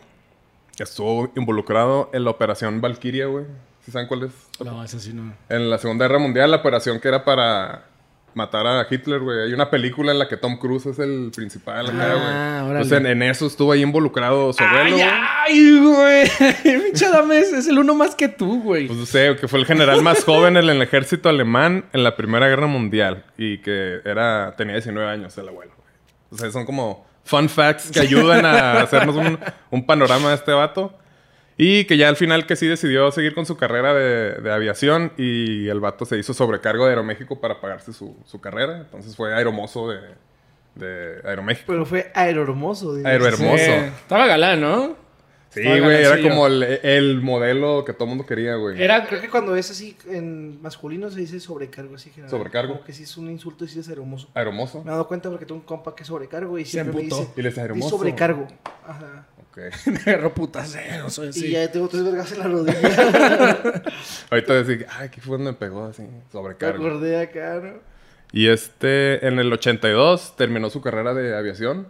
[SPEAKER 3] estuvo involucrado en la operación Valkyria, güey. ¿Sí saben cuál es?
[SPEAKER 2] No, eso sí no.
[SPEAKER 3] En la Segunda Guerra Mundial, la operación que era para matar a Hitler, güey. Hay una película en la que Tom Cruise es el principal acá, güey.
[SPEAKER 2] Ah, órale. Ah,
[SPEAKER 3] Entonces, en, en eso estuvo ahí involucrado su abuelo.
[SPEAKER 2] ¡Ay,
[SPEAKER 3] güey.
[SPEAKER 2] ay, güey! [LAUGHS] Pinche Adames es el uno más que tú, güey.
[SPEAKER 3] Pues no sé, que fue el general más joven en el ejército alemán en la Primera Guerra Mundial y que era tenía 19 años el abuelo. güey. O sea, son como fun facts que ayudan a hacernos un, un panorama de este vato. Y que ya al final que sí decidió seguir con su carrera de, de aviación y el vato se hizo sobrecargo de Aeroméxico para pagarse su, su carrera. Entonces fue aeromozo de, de Aeroméxico.
[SPEAKER 4] Pero fue aerohermoso. digo.
[SPEAKER 3] Aerohermoso.
[SPEAKER 2] Sí. Estaba galán, ¿no?
[SPEAKER 3] Sí,
[SPEAKER 2] Estaba
[SPEAKER 3] güey, era
[SPEAKER 2] galancillo.
[SPEAKER 3] como el, el modelo que todo el mundo quería, güey.
[SPEAKER 2] Era... [LAUGHS]
[SPEAKER 4] Creo que cuando es así en masculino se dice sobrecargo, así general.
[SPEAKER 3] Sobrecargo.
[SPEAKER 4] Como que sí es un insulto decir es aeromoso.
[SPEAKER 3] Aeromozo.
[SPEAKER 4] Me he dado cuenta porque tengo un compa que es sobrecargo y siempre me
[SPEAKER 2] emputó.
[SPEAKER 4] dice.
[SPEAKER 3] Y le dice,
[SPEAKER 4] "Di
[SPEAKER 3] "Aeromoso".
[SPEAKER 4] sobrecargo. Ajá.
[SPEAKER 3] Ok.
[SPEAKER 2] Me agarró putacero, soy
[SPEAKER 4] Y
[SPEAKER 2] así.
[SPEAKER 4] ya tengo tres vergas en la rodilla.
[SPEAKER 3] [LAUGHS] Ahorita decir, ay, aquí fue donde me pegó así,
[SPEAKER 4] Me
[SPEAKER 3] sobrecargo.
[SPEAKER 4] acordé acá, ¿no?
[SPEAKER 3] Y este, en el 82, terminó su carrera de aviación.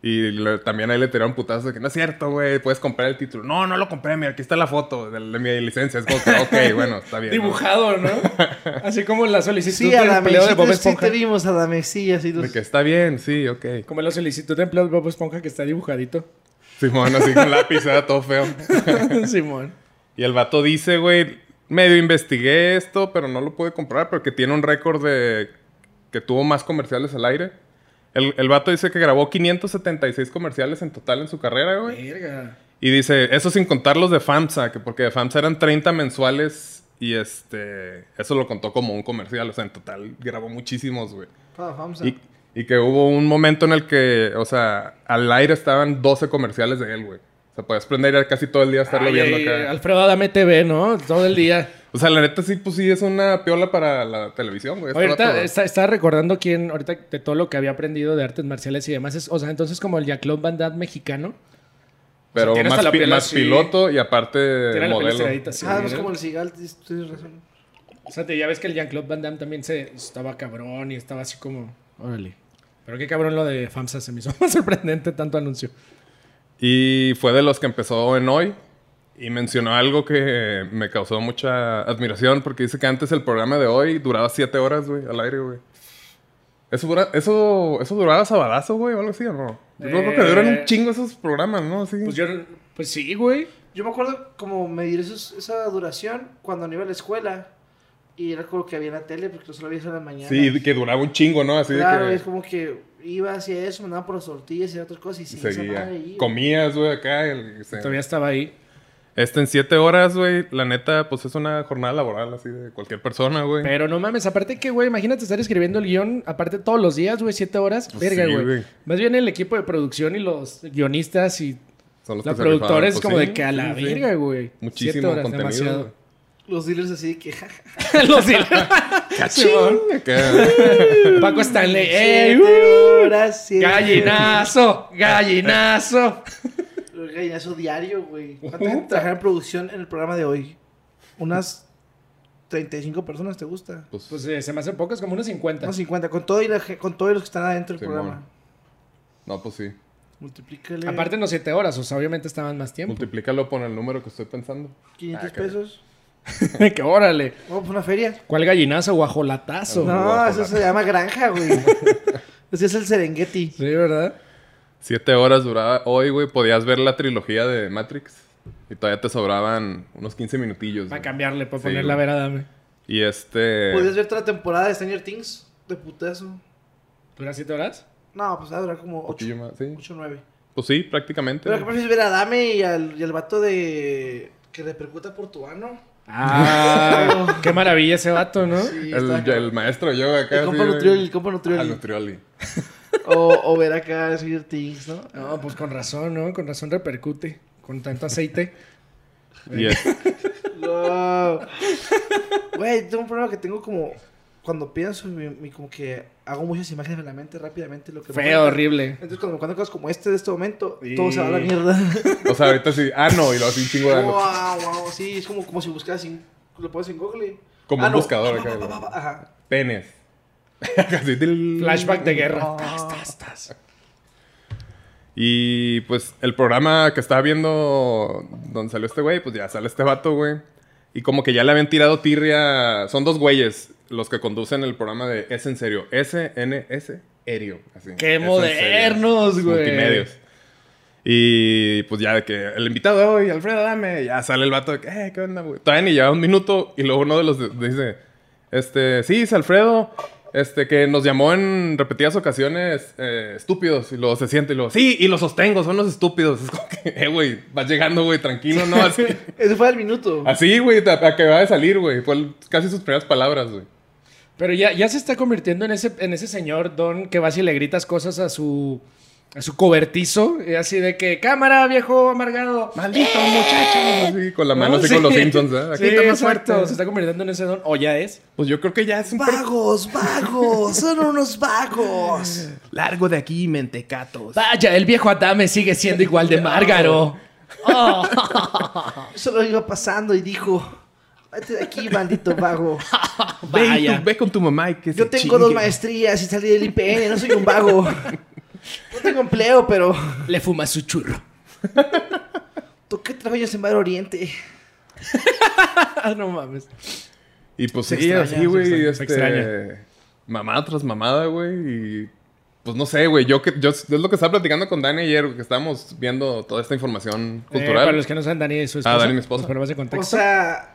[SPEAKER 3] Y le- también ahí le tiraron putazos de que no es cierto, güey, puedes comprar el título. No, no lo compré, mira, aquí está la foto de, de mi licencia. Es como que, ok, [LAUGHS] bueno, está bien. ¿no?
[SPEAKER 2] Dibujado, ¿no? [LAUGHS] Así como la solicitud
[SPEAKER 4] Sí,
[SPEAKER 2] de
[SPEAKER 4] Adame,
[SPEAKER 2] empleo de
[SPEAKER 4] sí,
[SPEAKER 2] Bob
[SPEAKER 4] te, sí
[SPEAKER 2] Esponja.
[SPEAKER 4] te vimos, Adame, sí, así
[SPEAKER 3] De
[SPEAKER 4] los...
[SPEAKER 3] que está bien, sí, ok.
[SPEAKER 2] Como la solicitud de empleo de Bob Esponja que está [LAUGHS] dibujadito.
[SPEAKER 3] Simón, así con lápiz, era todo feo.
[SPEAKER 2] Simón.
[SPEAKER 3] Y el vato dice, güey, medio investigué esto, pero no lo pude comprar porque tiene un récord de que tuvo más comerciales al aire. El, el vato dice que grabó 576 comerciales en total en su carrera, güey.
[SPEAKER 2] Verga.
[SPEAKER 3] Y dice, eso sin contar los de FAMSA, que porque de FAMSA eran 30 mensuales y este, eso lo contó como un comercial. O sea, en total grabó muchísimos, güey.
[SPEAKER 4] Ah, vamos a-
[SPEAKER 3] Y, y que hubo un momento en el que, o sea, al aire estaban 12 comerciales de él, güey. O sea, podías prender y casi todo el día estarlo
[SPEAKER 2] Ay,
[SPEAKER 3] viendo
[SPEAKER 2] ay,
[SPEAKER 3] acá.
[SPEAKER 2] Alfredo Adame TV, ¿no? Todo el día. [LAUGHS]
[SPEAKER 3] O sea, la neta sí, pues sí, es una piola para la televisión, güey. Este vato,
[SPEAKER 2] Ahorita
[SPEAKER 3] güey.
[SPEAKER 2] está- estaba recordando quién, ahorita de todo lo que había aprendido de artes marciales y demás. Es, o sea, entonces como el Jean-Claude Van Damme mexicano.
[SPEAKER 3] Pero
[SPEAKER 2] tiene hasta
[SPEAKER 3] más,
[SPEAKER 2] la
[SPEAKER 3] pi-
[SPEAKER 2] piel
[SPEAKER 3] más
[SPEAKER 2] así.
[SPEAKER 3] piloto y aparte
[SPEAKER 2] Tiene la piel
[SPEAKER 3] modelo.
[SPEAKER 2] estiradita así,
[SPEAKER 4] Ah, no es
[SPEAKER 2] ¿verdad?
[SPEAKER 4] como el cigal, tienes tienes razón.
[SPEAKER 2] O sea, te- ya ves que el Jean-Claude Van Damme también se estaba cabrón y estaba así como, órale. Pero qué cabrón lo de FAMSA se me hizo [LAUGHS] más sorprendente tanto anuncio.
[SPEAKER 3] Y fue de los que empezó en hoy. Y mencionó algo que me causó mucha admiración porque dice que antes el programa de hoy duraba siete horas, güey, al aire, güey. Eso, dura, eso, eso duraba sabadazo, güey, o algo así, ¿o no? Yo creo que
[SPEAKER 2] Eh.
[SPEAKER 3] duran un chingo esos programas, ¿no? Así.
[SPEAKER 2] Pues yo, pues sí, güey.
[SPEAKER 4] Yo me acuerdo como medir esos- esa duración cuando no iba a la escuela. Y era como que había en la tele, porque solo veías en la mañana.
[SPEAKER 3] sí, que duraba un chingo, ¿no? Así
[SPEAKER 4] claro,
[SPEAKER 3] de
[SPEAKER 4] es
[SPEAKER 3] que
[SPEAKER 4] como que iba hacia eso, me andaba por las tortillas y otras cosas. Y sí, esa
[SPEAKER 3] seguía.
[SPEAKER 4] madre iba.
[SPEAKER 3] Comías, güey, acá. el- se-
[SPEAKER 2] Todavía estaba ahí.
[SPEAKER 3] Este en siete horas, güey, la neta, pues es una jornada laboral así de cualquier persona, güey.
[SPEAKER 2] Pero no mames, aparte que, güey, imagínate estar escribiendo el guión, aparte todos los días, güey, siete horas.
[SPEAKER 3] Pues
[SPEAKER 2] Verga,
[SPEAKER 3] sí,
[SPEAKER 2] güey.
[SPEAKER 3] güey.
[SPEAKER 2] Más bien el equipo de producción y los guionistas y
[SPEAKER 3] Son
[SPEAKER 2] los
[SPEAKER 3] los que se rifaban,
[SPEAKER 2] productores
[SPEAKER 3] pues,
[SPEAKER 2] como
[SPEAKER 3] sí,
[SPEAKER 2] de que a la
[SPEAKER 3] sí, sí.
[SPEAKER 2] verga, güey. Siete
[SPEAKER 3] Muchísimo
[SPEAKER 2] horas,
[SPEAKER 3] contenido.
[SPEAKER 2] demasiado.
[SPEAKER 3] güey.
[SPEAKER 4] Los dealers así de que... ja,
[SPEAKER 2] [LAUGHS]
[SPEAKER 4] ja,
[SPEAKER 2] Los de- Simón.
[SPEAKER 3] Acá.
[SPEAKER 2] Paco
[SPEAKER 3] Pues,
[SPEAKER 2] Stanley. ¡Ey!
[SPEAKER 3] eh,
[SPEAKER 4] siete
[SPEAKER 2] uh!
[SPEAKER 4] horas, siete
[SPEAKER 2] ¡Gallinazo! ¡Gallinazo!
[SPEAKER 4] horas. Gallinazo diario, güey. ¿Cuánta gente trabajaba en producción en el programa de hoy? Unas 35 personas, ¿te gusta?
[SPEAKER 3] Pues,
[SPEAKER 2] [LAUGHS] Pues eh, se me hacen pocos, como unos 50.
[SPEAKER 4] Unos 50, con todo y, la ge- con todo y los que están adentro del
[SPEAKER 3] Simón.
[SPEAKER 4] programa.
[SPEAKER 3] no, pues sí.
[SPEAKER 4] Multiplícale
[SPEAKER 2] Aparte, no 7 horas, o sea, obviamente estaban más tiempo.
[SPEAKER 3] Multiplícalo por el número que estoy pensando.
[SPEAKER 4] 500
[SPEAKER 3] Ah, caray.
[SPEAKER 4] pesos.
[SPEAKER 2] [LAUGHS] ¡Qué órale!
[SPEAKER 4] Vamos por una feria.
[SPEAKER 2] ¿Cuál gallinazo? Guajolatazo.
[SPEAKER 3] No.
[SPEAKER 4] No,
[SPEAKER 3] guajolata.
[SPEAKER 4] eso se llama granja, güey. Ese es el Serengeti.
[SPEAKER 2] Sí, ¿verdad?
[SPEAKER 3] Siete horas duraba hoy, güey. Podías ver la trilogía de Matrix. Y todavía te sobraban unos 15 minutillos.
[SPEAKER 2] Para
[SPEAKER 3] güey.
[SPEAKER 2] cambiarle, para
[SPEAKER 3] Sí,
[SPEAKER 2] poner la
[SPEAKER 3] güey.
[SPEAKER 2] vera, dame.
[SPEAKER 3] Y este.
[SPEAKER 4] Podías ver toda la temporada de Stranger Things de putazo.
[SPEAKER 2] ¿Dura 7 horas?
[SPEAKER 4] No, pues va a durar como 8
[SPEAKER 3] poquillo más, sí.
[SPEAKER 4] 8 9.
[SPEAKER 3] Pues sí, prácticamente.
[SPEAKER 4] Pero que prefieres ver a Dame y al, y al vato de que repercuta por tu ano.
[SPEAKER 3] [LAUGHS]
[SPEAKER 2] Ah, qué maravilla ese vato, ¿no?
[SPEAKER 4] Sí,
[SPEAKER 3] El,
[SPEAKER 4] está-
[SPEAKER 3] el maestro de yoga acá.
[SPEAKER 4] El compa
[SPEAKER 3] sí, güey.
[SPEAKER 4] Nutrioli, el compa
[SPEAKER 3] Ah,
[SPEAKER 4] Nutrioli.
[SPEAKER 3] Nutrioli.
[SPEAKER 4] O, o ver acá Sweet Things, ¿no?
[SPEAKER 2] No, pues con razón, ¿no? Con razón repercute. Con tanto
[SPEAKER 3] [LAUGHS]
[SPEAKER 2] aceite.
[SPEAKER 3] Y este, es-
[SPEAKER 4] Wow. Güey, tengo un problema que tengo como. Cuando pienso, mi, mi- como que hago muchas imágenes en la mente rápidamente. Lo que
[SPEAKER 2] Feo, horrible.
[SPEAKER 4] Entonces, cuando me cuentan cosas como este de este momento,
[SPEAKER 2] Sí.
[SPEAKER 4] todo se va a
[SPEAKER 3] [LAUGHS]
[SPEAKER 4] la mierda.
[SPEAKER 3] o sea, ahorita sí. Ah, no, y lo hace un chingo de ano.
[SPEAKER 4] wow, wow, sí, es como, como si buscas en, lo pones en Google.
[SPEAKER 3] Como un buscador
[SPEAKER 4] acá.
[SPEAKER 3] acá,
[SPEAKER 4] Ajá.
[SPEAKER 3] Penes. [LAUGHS] Casi del-
[SPEAKER 2] Flashback de guerra.
[SPEAKER 3] Y pues el programa que estaba viendo donde salió este güey, pues ya sale este vato, güey. Y como que ya le habían tirado tirria. Son dos güeyes los que conducen el programa de Es en serio. S-N-S, Erio. Así,
[SPEAKER 2] ¡Qué
[SPEAKER 3] Es en
[SPEAKER 2] modernos,
[SPEAKER 3] serio.
[SPEAKER 2] güey!
[SPEAKER 3] Multimedios. Y pues ya de que el invitado de hoy, Alfredo Dame, ya sale el vato de que, eh, ¿qué onda, güey? Todavía ni lleva un minuto y luego uno de los de- dice, este, sí, es Alfredo, este, que nos llamó en repetidas ocasiones eh, estúpidos y luego se siente y luego, sí, y los sostengo, son los estúpidos. Es como que, [LAUGHS] eh, güey, vas llegando, güey, tranquilo, ¿no?
[SPEAKER 2] [LAUGHS]
[SPEAKER 3] Así,
[SPEAKER 4] Ese fue el minuto.
[SPEAKER 3] así, güey, te- acaba de salir, güey. Fue el- casi sus primeras palabras, güey.
[SPEAKER 2] Pero ya, ya se está convirtiendo en ese, en ese señor Don que vas y le gritas cosas a su, a su cobertizo. Y así de que, cámara, viejo amargado.
[SPEAKER 3] Maldito muchacho. Así, con la mano, así
[SPEAKER 2] Sí.
[SPEAKER 3] Ah, con los Simpsons, ¿eh?
[SPEAKER 2] Sí,
[SPEAKER 3] Aquí está más
[SPEAKER 2] exacto.
[SPEAKER 3] fuerte.
[SPEAKER 2] Se está convirtiendo en ese Don. O ya es.
[SPEAKER 3] Pues yo creo que ya es un per-
[SPEAKER 4] Vagos, vagos, son
[SPEAKER 3] [LAUGHS]
[SPEAKER 4] unos vagos.
[SPEAKER 5] Largo de aquí, mentecatos.
[SPEAKER 2] Vaya, el viejo Adame sigue siendo igual de márgaro.
[SPEAKER 4] Eso lo iba pasando y dijo: Vete de aquí, maldito
[SPEAKER 3] [LAUGHS]
[SPEAKER 4] vago.
[SPEAKER 3] Ve, y tú-
[SPEAKER 2] Vaya.
[SPEAKER 3] ve con tu mamá y que
[SPEAKER 4] Yo
[SPEAKER 3] se
[SPEAKER 4] tengo
[SPEAKER 3] chingue.
[SPEAKER 4] dos maestrías y salí del IPN, no soy un vago. No tengo empleo, pero
[SPEAKER 2] Le fuma su churro.
[SPEAKER 4] toqué tres años en Mar Oriente.
[SPEAKER 2] [LAUGHS] Ah, no mames.
[SPEAKER 3] Y pues
[SPEAKER 2] Se
[SPEAKER 3] sí,
[SPEAKER 2] extraña, se
[SPEAKER 3] así, güey,
[SPEAKER 2] extraña, se
[SPEAKER 3] este...
[SPEAKER 2] extraña.
[SPEAKER 3] Mamada tras mamada, güey, y... Pues no sé, güey, yo que... Yo, es lo que estaba platicando con Dani ayer, que estábamos viendo toda esta información
[SPEAKER 2] Eh,
[SPEAKER 3] cultural.
[SPEAKER 2] para los que no saben, Dani y su esposa.
[SPEAKER 3] Ah, Dani y mi esposa.
[SPEAKER 2] Los problemas de
[SPEAKER 4] O
[SPEAKER 2] contexto.
[SPEAKER 4] sea,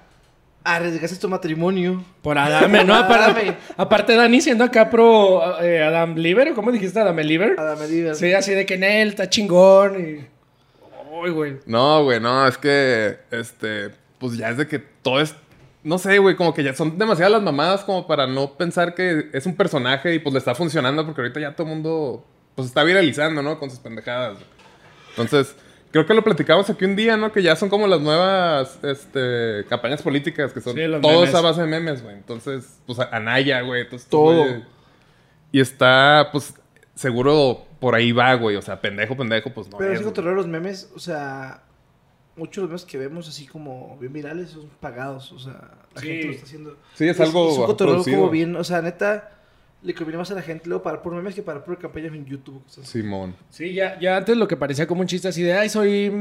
[SPEAKER 4] arriesgaste tu matrimonio.
[SPEAKER 2] Por Adame, ¿no?
[SPEAKER 4] Por
[SPEAKER 2] Aparte,
[SPEAKER 4] Adame.
[SPEAKER 2] aparte Dani siendo acá pro eh, Adam Lieber, ¿o ¿cómo dijiste Adam Lieber?
[SPEAKER 4] Adame Diver.
[SPEAKER 2] Sí, así de que en él está chingón y... Uy, güey.
[SPEAKER 3] No, güey, no, es que... Este... Pues ya es de que todo es... No sé, güey, como que ya son demasiadas las mamadas como para no pensar que es un personaje y pues le está funcionando porque ahorita ya todo el mundo... Pues está viralizando, ¿no? Con sus pendejadas, güey. Entonces, creo que lo platicamos aquí un día, ¿no? Que ya son como las nuevas este, campañas políticas, que son
[SPEAKER 2] Sí, los
[SPEAKER 3] todos
[SPEAKER 2] memes.
[SPEAKER 3] a base de memes, güey. Entonces, pues a- Anaya, güey, entonces este
[SPEAKER 4] Todo.
[SPEAKER 3] güey. Y está, pues, seguro por ahí va, güey. O sea, pendejo, pendejo, pues no.
[SPEAKER 4] Pero
[SPEAKER 3] es,
[SPEAKER 4] sí
[SPEAKER 3] güey.
[SPEAKER 4] controlar los memes, o sea, muchos de los memes que vemos así como bien virales son pagados, o sea, la
[SPEAKER 2] Sí.
[SPEAKER 4] gente lo está haciendo.
[SPEAKER 3] Sí, es algo
[SPEAKER 4] un cotorreo
[SPEAKER 3] producido.
[SPEAKER 4] como bien, o sea, neta, le conviene más a la gente luego pagar por memes que pagar por campañas en YouTube. o sea,
[SPEAKER 3] Simón.
[SPEAKER 2] Sí, ya, ya antes lo que parecía como un chiste así de, ay, soy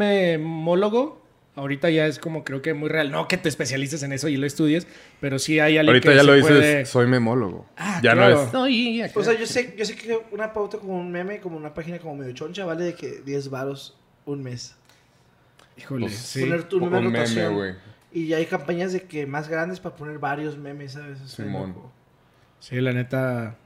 [SPEAKER 2] memólogo. Ahorita ya es como creo que muy real. No que te especialices en eso y lo estudies, pero sí hay alguien
[SPEAKER 3] Ahorita
[SPEAKER 2] que
[SPEAKER 3] ya
[SPEAKER 2] se
[SPEAKER 3] lo dices,
[SPEAKER 2] puede-
[SPEAKER 3] soy memólogo.
[SPEAKER 2] Ah,
[SPEAKER 3] ya
[SPEAKER 2] claro.
[SPEAKER 3] no es.
[SPEAKER 4] O sea, yo sé, yo sé que una pauta como un meme, como una página como medio choncha, vale de que 10 varos un mes.
[SPEAKER 2] Híjole,
[SPEAKER 3] Pues,
[SPEAKER 2] sí.
[SPEAKER 4] Poner tu meme,
[SPEAKER 3] un
[SPEAKER 4] en
[SPEAKER 3] meme,
[SPEAKER 4] rotación.
[SPEAKER 3] güey.
[SPEAKER 4] Y ya hay campañas de que más grandes para poner varios memes, ¿sabes? O sea,
[SPEAKER 3] Simón.
[SPEAKER 4] loco.
[SPEAKER 2] Sí, la neta,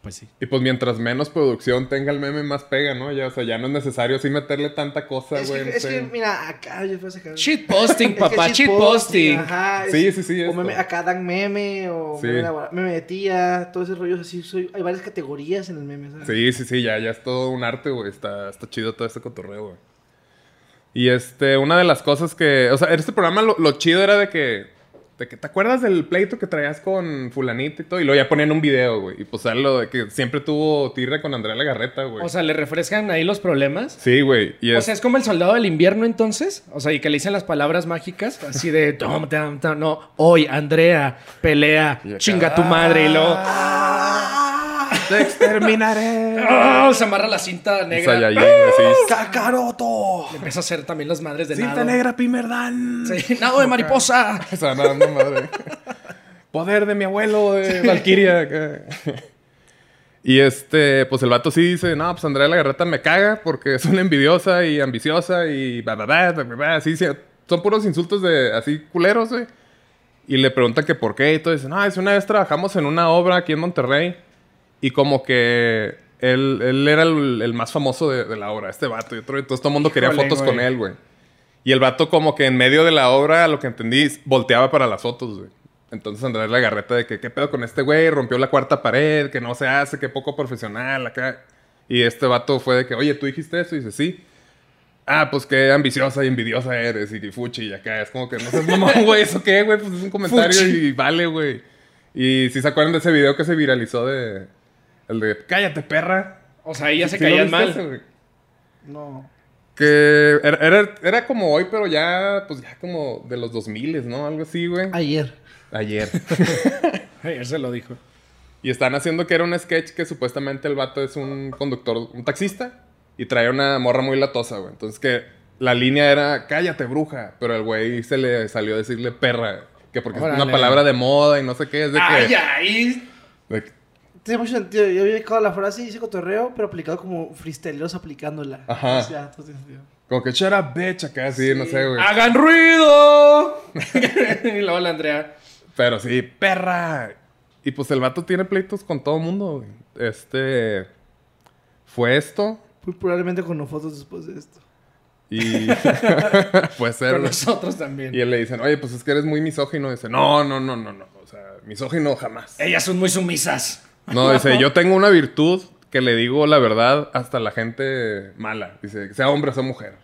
[SPEAKER 2] pues sí.
[SPEAKER 3] Y pues mientras menos producción tenga el meme, más pega, ¿no? Ya, o sea, ya no es necesario así meterle tanta cosa,
[SPEAKER 4] es,
[SPEAKER 3] güey.
[SPEAKER 4] que,
[SPEAKER 3] no
[SPEAKER 4] es
[SPEAKER 3] sé.
[SPEAKER 4] que, mira, acá yo voy a
[SPEAKER 2] [LAUGHS]
[SPEAKER 4] sacar.
[SPEAKER 2] Shitposting, papá, shitposting.
[SPEAKER 4] Ajá. es-
[SPEAKER 3] Sí, sí, sí,
[SPEAKER 4] O
[SPEAKER 3] esto.
[SPEAKER 4] meme, acá dan meme, o
[SPEAKER 3] Sí.
[SPEAKER 4] meme, elabora- meme de tía, todo ese rollo. Así, soy, hay varias categorías en el meme, ¿sabes?
[SPEAKER 3] Sí, sí, sí, ya, ya es todo un arte, güey. Está, está chido todo este cotorreo, güey. Y este, una de las cosas que. O sea, en este programa lo, lo chido era de que, de que. ¿Te acuerdas del pleito que traías con Fulanito y todo? Y luego ya ponían un video, güey. Y pues era lo de que siempre tuvo tirre con Andrea Legarreta, güey.
[SPEAKER 2] O sea, le refrescan ahí los problemas.
[SPEAKER 3] sí, güey. Y
[SPEAKER 2] O
[SPEAKER 3] es-
[SPEAKER 2] sea, es como el soldado del invierno entonces. O sea, y que le dicen las palabras mágicas, así
[SPEAKER 3] [LAUGHS]
[SPEAKER 2] de tom, tom, tom, no, hoy, Andrea, pelea,
[SPEAKER 3] Y "Ah". acá,
[SPEAKER 2] chinga tu madre y luego.
[SPEAKER 3] te exterminaré.
[SPEAKER 2] [LAUGHS] ¡ah! se amarra la cinta negra.
[SPEAKER 3] Saiyajin, así.
[SPEAKER 2] ¡Ah!
[SPEAKER 3] [LAUGHS]
[SPEAKER 5] ¡Cacaroto!
[SPEAKER 2] Le empieza a hacer también las madres de
[SPEAKER 5] Cinta
[SPEAKER 2] nada.
[SPEAKER 5] negra, Pimerdán.
[SPEAKER 2] nado de mariposa.
[SPEAKER 3] O sea, nada, no, madre. Poder de mi abuelo, de Valkyria. acá. y este, pues el vato sí dice, no, pues Andrea la Garreta me caga porque es una envidiosa y ambiciosa y bla, bla, bla, bla, bla, bla". Así, sí, son puros insultos de así culeros, güey. Y le preguntan que por qué y todo. Dice, no, es una vez trabajamos en una obra aquí en Monterrey y como que él, él era el, el más famoso de, de la obra, este vato y otro. Entonces todo el mundo quería
[SPEAKER 2] Híjole,
[SPEAKER 3] fotos
[SPEAKER 2] güey.
[SPEAKER 3] con él, güey. Y el vato como que en medio de la obra, a lo que entendí, volteaba para las fotos, güey. Entonces Andrés la garreta de que qué pedo con este güey, rompió la cuarta pared, que no se hace, que poco profesional acá. Y este vato fue de que, oye, tú dijiste eso, y dice, sí. Ah, pues qué ambiciosa y envidiosa eres, y que fuchi, y acá. Es como que no seas mamón, [LAUGHS] güey, eso qué, güey, pues es un comentario
[SPEAKER 2] Fuchi.
[SPEAKER 3] y vale, güey. Y si se acuerdan de ese video que se viralizó de. El de, cállate, perra.
[SPEAKER 2] O sea, ahí ya se
[SPEAKER 3] ¿Sí lo
[SPEAKER 2] caían
[SPEAKER 3] viste
[SPEAKER 2] mal.
[SPEAKER 3] ese, güey?
[SPEAKER 4] No.
[SPEAKER 3] Que era, era, era como hoy, pero ya, pues ya como de los 2000, ¿no? Algo así, güey.
[SPEAKER 4] Ayer.
[SPEAKER 3] Ayer.
[SPEAKER 2] Ayer se lo dijo.
[SPEAKER 3] y están haciendo que era un sketch que supuestamente el vato es un conductor, un taxista, y trae una morra muy latosa, güey. Entonces que la línea era, cállate, bruja, pero el güey se le salió a decirle perra, que porque es
[SPEAKER 2] Órale. Ah,
[SPEAKER 3] una palabra de moda y no sé qué, es de
[SPEAKER 2] Ay,
[SPEAKER 3] que...
[SPEAKER 2] ay.
[SPEAKER 3] de que-
[SPEAKER 4] Tiene mucho sentido. Yo había dejado la frase y hice cotorreo, pero aplicado como freestyleros aplicándola.
[SPEAKER 3] Ajá.
[SPEAKER 4] O sea, todo tiene sentido.
[SPEAKER 3] Como que shut up, bitch, acá, así, no sé, güey.
[SPEAKER 2] ¡Hagan ruido! [LAUGHS] y luego la Andrea.
[SPEAKER 3] Pero sí, perra. Y pues el vato tiene pleitos con todo mundo, güey. Este. Fue esto.
[SPEAKER 4] Muy probablemente con los fotos después de esto.
[SPEAKER 3] Y. [LAUGHS] Puede ser.
[SPEAKER 2] Pero
[SPEAKER 3] güey.
[SPEAKER 2] nosotros también.
[SPEAKER 3] Y él le dicen, oye, pues es que eres muy misógino. Dice, no, no, no, no, no. O sea, misógino jamás.
[SPEAKER 2] Ellas son muy sumisas.
[SPEAKER 3] No, dice, yo tengo una virtud que le digo la verdad hasta a la gente mala. Dice, sea hombre o sea mujer.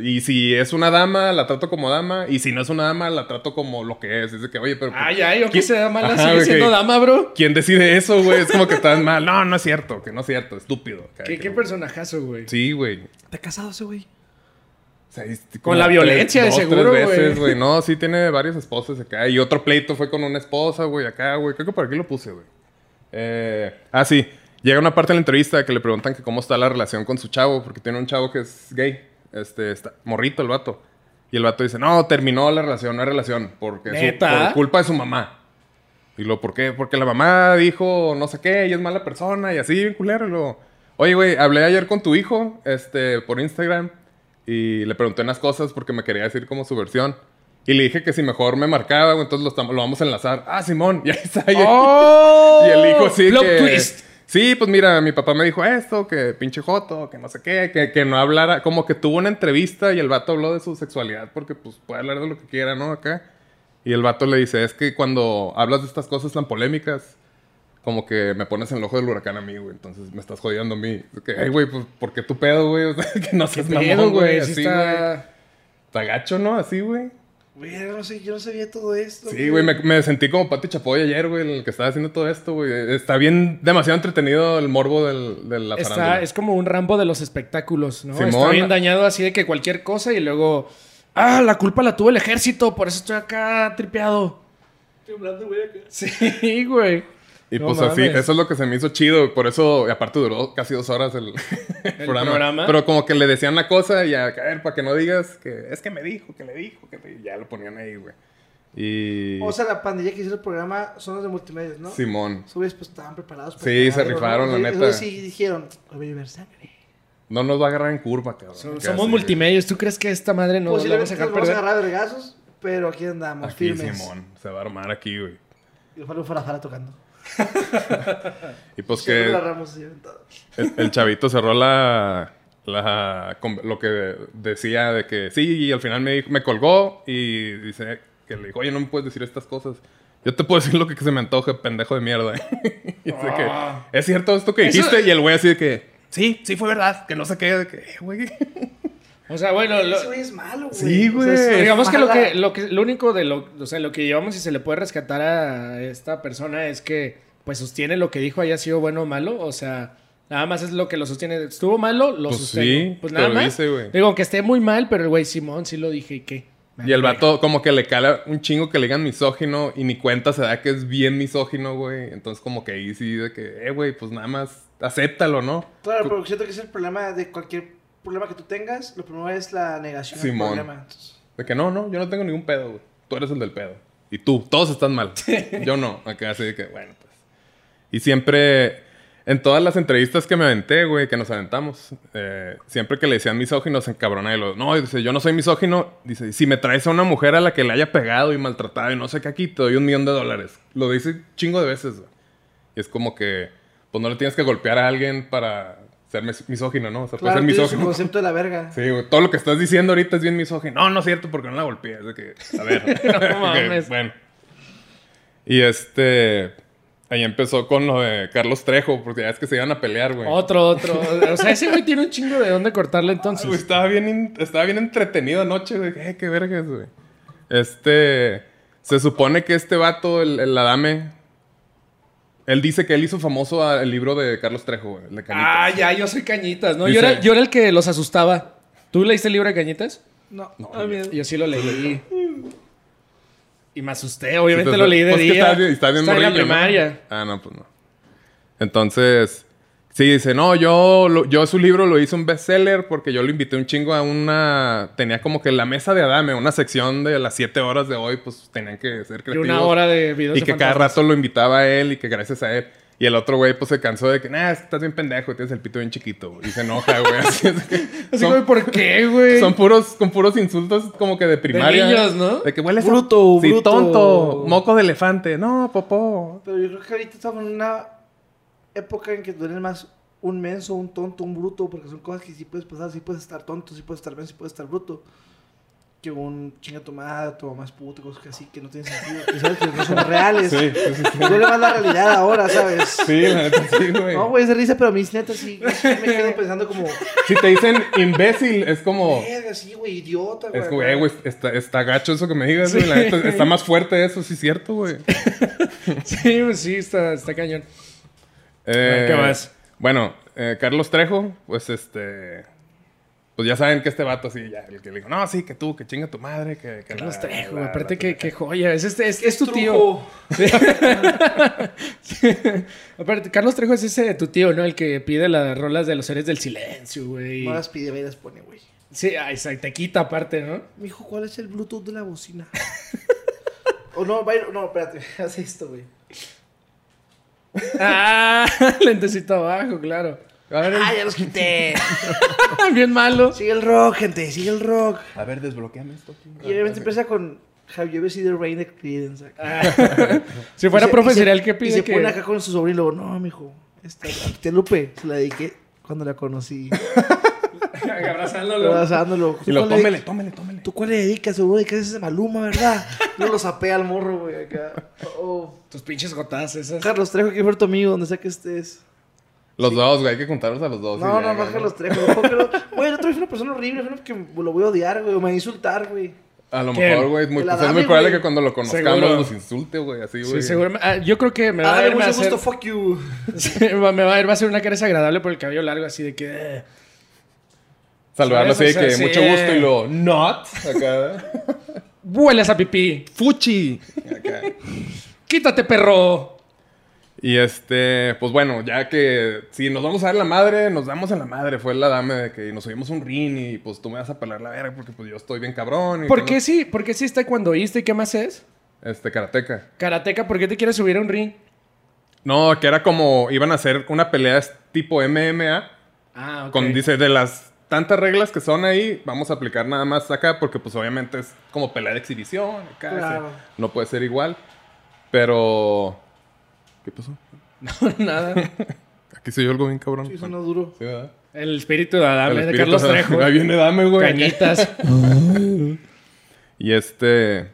[SPEAKER 3] Y si es una dama, la trato como dama. Y si no es una dama, la trato como lo que es. Dice que, oye, pero.
[SPEAKER 2] Ay, ay, aunque
[SPEAKER 3] ¿Quién-
[SPEAKER 2] se da mala,
[SPEAKER 3] Ajá,
[SPEAKER 2] sigue
[SPEAKER 3] güey,
[SPEAKER 2] siendo
[SPEAKER 3] que-
[SPEAKER 2] dama, bro.
[SPEAKER 3] ¿Quién decide eso, güey? Es como que estás mal. No, no es cierto, que no es cierto, estúpido.
[SPEAKER 2] ¿Qué, qué personajazo, güey.
[SPEAKER 3] Sí, güey.
[SPEAKER 4] ¿Está casado ese güey?
[SPEAKER 3] O sea, es
[SPEAKER 2] Con
[SPEAKER 3] como
[SPEAKER 2] la violencia, de
[SPEAKER 3] tres-
[SPEAKER 2] seguro,
[SPEAKER 3] tres veces,
[SPEAKER 2] güey.
[SPEAKER 3] güey. No, sí tiene varias esposas acá. Y otro pleito fue con una esposa, güey, acá, güey. Creo que por aquí lo puse, güey. Eh, ah, sí. Llega una parte de la entrevista que le preguntan que cómo está la relación con su chavo, porque tiene un chavo que es gay. Este, está morrito el vato. Y el vato dice, no, terminó la relación, no hay relación, porque su-
[SPEAKER 2] ¿Neta?
[SPEAKER 3] por culpa de su mamá. Y lo, ¿por qué? Porque la mamá dijo no sé qué, y es mala persona, y así, bien culero. Y luego, oye, güey, hablé ayer con tu hijo, este, por Instagram, y le pregunté unas cosas porque me quería decir como su versión. Y le dije que si mejor me marcaba, güey, entonces lo, estamos- lo vamos a enlazar. Ah, Simón, [LAUGHS] ya está. y-
[SPEAKER 2] ¡Oh!
[SPEAKER 3] y el hijo sí
[SPEAKER 2] Plot
[SPEAKER 3] que...
[SPEAKER 2] twist.
[SPEAKER 3] Sí, pues mira, mi papá me dijo esto, que pinche joto, que no sé qué, que, que no hablara... Como que tuvo una entrevista y el vato habló de su sexualidad porque pues puede hablar de lo que quiera, ¿no? Acá. Y el vato le dice, es que cuando hablas de estas cosas tan polémicas, como que me pones en el ojo del huracán a mí, güey. Entonces me estás jodiendo a mí. Que, Ay, güey, pues, ¿por qué tu pedo, güey? [LAUGHS] O sea, que no
[SPEAKER 2] ¿Qué
[SPEAKER 3] seas
[SPEAKER 2] pedo,
[SPEAKER 3] mamón,
[SPEAKER 2] güey?
[SPEAKER 3] güey.
[SPEAKER 2] Sí
[SPEAKER 3] Así, güey.
[SPEAKER 2] está...
[SPEAKER 3] Está gacho, ¿no? Así, güey.
[SPEAKER 4] Güey, yo no sé, yo no sabía todo esto.
[SPEAKER 3] Sí, güey, me, me sentí como Pati Chapoy ayer, güey, el que estaba haciendo todo esto, güey. Está bien, demasiado entretenido el morbo del, de la
[SPEAKER 2] Está-
[SPEAKER 3] farándula.
[SPEAKER 2] es como un Rambo de los espectáculos, ¿no? Está
[SPEAKER 3] Simón.
[SPEAKER 2] bien dañado así de que cualquier cosa y luego... Ah, la culpa la tuvo el ejército, por eso estoy acá tripeado. Sí, güey.
[SPEAKER 3] Y
[SPEAKER 2] No
[SPEAKER 3] pues así,
[SPEAKER 2] mames.
[SPEAKER 3] eso es lo que se me hizo chido. Por eso, y aparte duró casi dos horas el, el programa.
[SPEAKER 2] programa.
[SPEAKER 3] Pero como que le decían la cosa y a caer para que no digas que es que me dijo, que le dijo, que te-". ya lo ponían ahí, güey. Y...
[SPEAKER 4] O sea, la pandilla que hizo el programa son los de multimedia, ¿no?
[SPEAKER 3] Simón.
[SPEAKER 4] Esos güeyes, pues estaban preparados. para
[SPEAKER 3] Sí,
[SPEAKER 4] cagar,
[SPEAKER 3] se
[SPEAKER 4] ¿no?
[SPEAKER 3] rifaron, la
[SPEAKER 4] Esos
[SPEAKER 3] neta.
[SPEAKER 4] güeyes Sí, dijeron, "Hoy voy a ver sangre.
[SPEAKER 3] No nos va a agarrar en curva, cabrón.
[SPEAKER 2] So-
[SPEAKER 3] Acá
[SPEAKER 2] somos
[SPEAKER 3] sí.
[SPEAKER 2] multimedios. ¿Tú crees que esta madre no la vamos a
[SPEAKER 4] Posiblemente
[SPEAKER 2] dejar
[SPEAKER 4] nos vamos a
[SPEAKER 2] perder?
[SPEAKER 4] agarrar de vergazos, pero aquí andamos,
[SPEAKER 3] Aquí,
[SPEAKER 4] firmes.
[SPEAKER 3] Simón. Se va a armar aquí, güey.
[SPEAKER 4] Y fue un farafara tocando.
[SPEAKER 3] Y pues
[SPEAKER 4] Siempre
[SPEAKER 3] que...
[SPEAKER 4] la agarramos así, aventado.
[SPEAKER 3] El, el chavito cerró la, la con- lo que decía de que sí, y al final me, dijo- me colgó y dice que le dijo, oye, no me puedes decir estas cosas. Yo te puedo decir lo que se me antoje, pendejo de mierda. [LAUGHS] Y dice que,
[SPEAKER 2] Ah.
[SPEAKER 3] es cierto esto que
[SPEAKER 2] Eso-
[SPEAKER 3] dijiste. Y el güey así de que, sí, sí fue verdad, que no sé qué, de que, "Eh, güey.
[SPEAKER 2] O sea, bueno, lo-
[SPEAKER 4] Ese güey es malo, güey.
[SPEAKER 3] Sí,
[SPEAKER 4] O sea,
[SPEAKER 3] güey.
[SPEAKER 4] es-
[SPEAKER 2] digamos que lo,
[SPEAKER 4] mala.
[SPEAKER 2] que lo que lo único de lo, o sea, lo que llevamos y se le puede rescatar a esta persona es que pues sostiene lo que dijo haya sido bueno o malo, o sea, nada más es lo que lo sostiene. Estuvo malo, lo
[SPEAKER 3] Pues
[SPEAKER 2] sostiene.
[SPEAKER 3] sí,
[SPEAKER 2] pues
[SPEAKER 3] te
[SPEAKER 2] nada
[SPEAKER 3] lo
[SPEAKER 2] más.
[SPEAKER 3] dice, güey.
[SPEAKER 2] Digo, aunque esté muy mal, pero el güey Simón sí lo dije y qué.
[SPEAKER 3] Y el vato como que le cala un chingo que le digan misógino y ni cuenta se da que es bien misógino, güey. Entonces como que ahí sí de que, eh, güey, pues nada más acéptalo, ¿no?
[SPEAKER 4] Claro, pero siento que es el problema de cualquier problema que tú tengas. Lo primero es la negación del
[SPEAKER 3] Simón.
[SPEAKER 4] problema. Entonces,
[SPEAKER 3] De que no, no, yo no tengo ningún pedo, güey. Tú eres el del pedo. Y tú, todos están mal. yo no. Acá así de que, bueno, pues. Y siempre, en todas las entrevistas que me aventé, güey, que nos aventamos, eh, siempre que le decían misógino, se encabrona y lo, no, y dice, yo no soy misógino. Dice, si me traes a una mujer a la que le haya pegado y maltratado y no sé qué aquí, te doy un millón de dólares. Lo dice chingo de veces, güey. Y es como que, pues no le tienes que golpear a alguien para ser mis- misógino, ¿no? O sea, puede
[SPEAKER 4] Claro,
[SPEAKER 3] ser
[SPEAKER 4] pues, tiene su
[SPEAKER 3] misógino.
[SPEAKER 4] concepto de la verga.
[SPEAKER 3] Sí, güey, todo lo que estás diciendo ahorita es bien misógino. No, no es cierto porque no la golpeé. Es de que,
[SPEAKER 2] [LAUGHS]
[SPEAKER 3] a ver.
[SPEAKER 2] No mames.
[SPEAKER 3] Ok, bueno. Y este. Ahí empezó con lo de Carlos Trejo, porque ya es que se iban a pelear, güey.
[SPEAKER 2] Otro, otro. O sea, ese güey tiene un chingo de dónde cortarle
[SPEAKER 3] Ah, güey,
[SPEAKER 2] entonces.
[SPEAKER 3] estaba bien, in- estaba bien entretenido anoche, güey. Eh, qué vergas, güey. Este. Se supone que este vato, el, el Adame. Él dice que él hizo famoso a- el libro de Carlos Trejo, güey. el de Cañitas.
[SPEAKER 2] Ah, ya, yo soy Cañitas, ¿no? Yo
[SPEAKER 3] Dice-
[SPEAKER 2] era, yo era el que los asustaba. ¿Tú leíste el libro de Cañitas?
[SPEAKER 4] No, no.
[SPEAKER 2] Yo sí lo leí. Y me asusté, obviamente
[SPEAKER 3] Entonces,
[SPEAKER 2] lo leí de
[SPEAKER 3] pues, que
[SPEAKER 2] día.
[SPEAKER 3] Está, bien- está bien
[SPEAKER 2] Estaba en la
[SPEAKER 3] morrillo, ¿no?
[SPEAKER 2] primaria.
[SPEAKER 3] Ah, no, pues no. Entonces, sí, dice, no, yo, lo- yo su libro lo hice un bestseller porque yo lo invité un chingo a una... Tenía como que la mesa de Adame, una sección de las 7 horas de hoy, pues tenían que ser
[SPEAKER 2] Y
[SPEAKER 3] creativos.
[SPEAKER 2] una hora de videos
[SPEAKER 3] Y
[SPEAKER 2] de
[SPEAKER 3] que cada
[SPEAKER 2] fantasmas.
[SPEAKER 3] rato lo invitaba a él y que gracias a él. Y el otro güey, pues se cansó de que, nah, estás bien pendejo, tienes el pito bien chiquito. Y se enoja, güey. [LAUGHS] Así es que
[SPEAKER 2] Así
[SPEAKER 3] son-
[SPEAKER 2] como, ¿por qué, güey?
[SPEAKER 3] son puros, con puros insultos como que de primaria. ¿eh?
[SPEAKER 2] niños, ¿no?
[SPEAKER 3] De que hueles a-
[SPEAKER 4] Bruto,
[SPEAKER 3] sí,
[SPEAKER 4] bruto.
[SPEAKER 3] tonto. Moco de elefante. No, popó.
[SPEAKER 4] Pero yo creo que ahorita estamos en una época en que tú eres más un menso, un tonto, un bruto, porque son cosas que sí puedes pasar, sí puedes estar tonto, sí puedes estar menso, sí puedes estar bruto. Que un chinga tu madre, tu mamá es puto, cosas que así, que no tienen sentido, que sabes que no son
[SPEAKER 3] [LAUGHS]
[SPEAKER 4] reales.
[SPEAKER 3] Sí, sí, sí.
[SPEAKER 4] Duele más la realidad ahora, ¿sabes?
[SPEAKER 3] Sí, la neta, sí, güey.
[SPEAKER 4] No, güey, se risa, pero mis netas sí, sí me quedo pensando como,
[SPEAKER 3] Si te dicen imbécil, es como.
[SPEAKER 4] verga, sí, güey, idiota, güey.
[SPEAKER 3] Es como, eh, güey, está, está gacho eso que me digas, güey. La
[SPEAKER 2] Sí.
[SPEAKER 3] neta, está más fuerte eso, sí, cierto, güey.
[SPEAKER 2] Sí, pues, sí, está, está cañón.
[SPEAKER 3] Eh,
[SPEAKER 2] ¿qué más?
[SPEAKER 3] Bueno, eh, Carlos Trejo, pues este. Pues ya saben que este vato, sí, ya, el que le dijo, no, sí, que tú, que chinga tu madre, que. que
[SPEAKER 2] Carlos
[SPEAKER 3] la-
[SPEAKER 2] Trejo,
[SPEAKER 3] la-
[SPEAKER 2] güey.
[SPEAKER 3] la-
[SPEAKER 2] Aparte,
[SPEAKER 3] la-
[SPEAKER 2] que, que joya. Es, este, es, es tu tío.
[SPEAKER 4] Trujo.
[SPEAKER 2] Sí. Aparte, Carlos Trejo es ese de tu tío, ¿no? El que pide las rolas de los seres del silencio, güey.
[SPEAKER 4] No las pide, ve y las pone, güey.
[SPEAKER 2] Sí, ay, se te quita aparte, ¿no?
[SPEAKER 4] Mijo, ¿cuál es el Bluetooth de
[SPEAKER 3] [LAUGHS]
[SPEAKER 4] la bocina? o no, va a ir- no, espérate, [LAUGHS] haz esto, güey.
[SPEAKER 2] Ah, [LAUGHS] lentecito abajo, claro. Ah,
[SPEAKER 3] A ver,
[SPEAKER 4] Ah, ya los quité.
[SPEAKER 2] Bien
[SPEAKER 4] [LAUGHS]
[SPEAKER 2] malo.
[SPEAKER 4] sigue el rock, gente, sigue el rock.
[SPEAKER 3] a ver, desbloqueame esto.
[SPEAKER 4] Y obviamente empieza con Have you ever seen the rain de Creedence?
[SPEAKER 2] Ah. si fuera
[SPEAKER 4] Y se-
[SPEAKER 2] profe,
[SPEAKER 4] y se-
[SPEAKER 2] sería el que
[SPEAKER 4] Y
[SPEAKER 2] pide
[SPEAKER 4] se
[SPEAKER 2] que. [LAUGHS]
[SPEAKER 4] pone acá con su sobrino y luego, no, mijo, esta Lupe se la dediqué cuando
[SPEAKER 2] [LAUGHS]
[SPEAKER 4] la conocí.
[SPEAKER 2] Abrazándolo.
[SPEAKER 4] Abrazándolo.
[SPEAKER 3] Y lo
[SPEAKER 4] ¿Tú cuál le-
[SPEAKER 3] tómele, tómele, tómele.
[SPEAKER 4] ¿Tú cuál le dedicas? Seguro que es de
[SPEAKER 2] [LAUGHS]
[SPEAKER 4] Maluma, ¿verdad? No lo sapea al morro, güey, acá. Oh,
[SPEAKER 2] Tus pinches gotadas
[SPEAKER 4] oh.
[SPEAKER 2] esas.
[SPEAKER 4] Carlos Trejo, que fue tu amigo, donde sea que estés.
[SPEAKER 3] Los dos, güey, hay que juntarlos a los dos.
[SPEAKER 4] No,
[SPEAKER 3] y
[SPEAKER 4] no,
[SPEAKER 3] Oh, ya,
[SPEAKER 4] no,
[SPEAKER 3] ya,
[SPEAKER 4] Carlos Trejo. no, porque no- Güey, el otro día fue una persona horrible, fue una que lo voy a odiar, güey, o me va a insultar, güey.
[SPEAKER 3] A lo
[SPEAKER 2] ¿Quién?
[SPEAKER 3] mejor, güey, es muy,
[SPEAKER 4] El
[SPEAKER 3] pues, es
[SPEAKER 4] Adame,
[SPEAKER 3] muy probable
[SPEAKER 4] güey.
[SPEAKER 3] que cuando lo conozcamos
[SPEAKER 2] Seguro.
[SPEAKER 3] nos insulte, güey, así, güey.
[SPEAKER 2] Sí, seguro. Ah, yo creo que me va a
[SPEAKER 4] Hágale
[SPEAKER 2] ir va a
[SPEAKER 4] mucho
[SPEAKER 2] hacer- [LAUGHS]
[SPEAKER 4] gusto, fuck you.
[SPEAKER 2] Sí, va- me va a ir, va a ser una cara desagradable por el cabello largo, así de que. eh.
[SPEAKER 3] Saludarlo así de
[SPEAKER 2] ¿Sabes? O
[SPEAKER 3] que
[SPEAKER 2] sea, sí.
[SPEAKER 3] mucho gusto y luego, not.
[SPEAKER 2] [LAUGHS]
[SPEAKER 3] Acá.
[SPEAKER 2] Hueles a pipí.
[SPEAKER 5] Fuchi.
[SPEAKER 3] acá.
[SPEAKER 2] Quítate, perro.
[SPEAKER 3] Y este, pues bueno, ya que si nos vamos a dar la madre, nos damos a la madre. Fue la dame de que nos subimos un ring y pues tú me vas a pelar la verga porque pues yo estoy bien cabrón. Y
[SPEAKER 2] ¿Por
[SPEAKER 3] tú
[SPEAKER 2] qué
[SPEAKER 3] no-
[SPEAKER 2] sí? ¿Por qué sí está cuando oíste y qué más es?
[SPEAKER 3] Este, karateca.
[SPEAKER 2] Karateka, ¿por qué te quieres subir a un ring?
[SPEAKER 3] No, que era como, iban a hacer una pelea tipo MMA.
[SPEAKER 2] Ah, ok.
[SPEAKER 3] Con, dice, de las tantas reglas que son ahí, vamos a aplicar nada más acá, porque pues obviamente es como pelea de exhibición, acá,
[SPEAKER 4] Claro.
[SPEAKER 3] o sea, no puede ser igual. Pero... ¿Qué pasó?
[SPEAKER 2] [LAUGHS] Nada.
[SPEAKER 3] Aquí se oyó algo bien cabrón.
[SPEAKER 4] Sí, sonó duro.
[SPEAKER 3] Sí, ¿verdad?
[SPEAKER 2] El espíritu de Adame,
[SPEAKER 3] El
[SPEAKER 2] de
[SPEAKER 3] espíritu-
[SPEAKER 2] Carlos Trejo.
[SPEAKER 3] [LAUGHS] Ahí viene Dame, güey.
[SPEAKER 2] Cañitas.
[SPEAKER 3] Y este...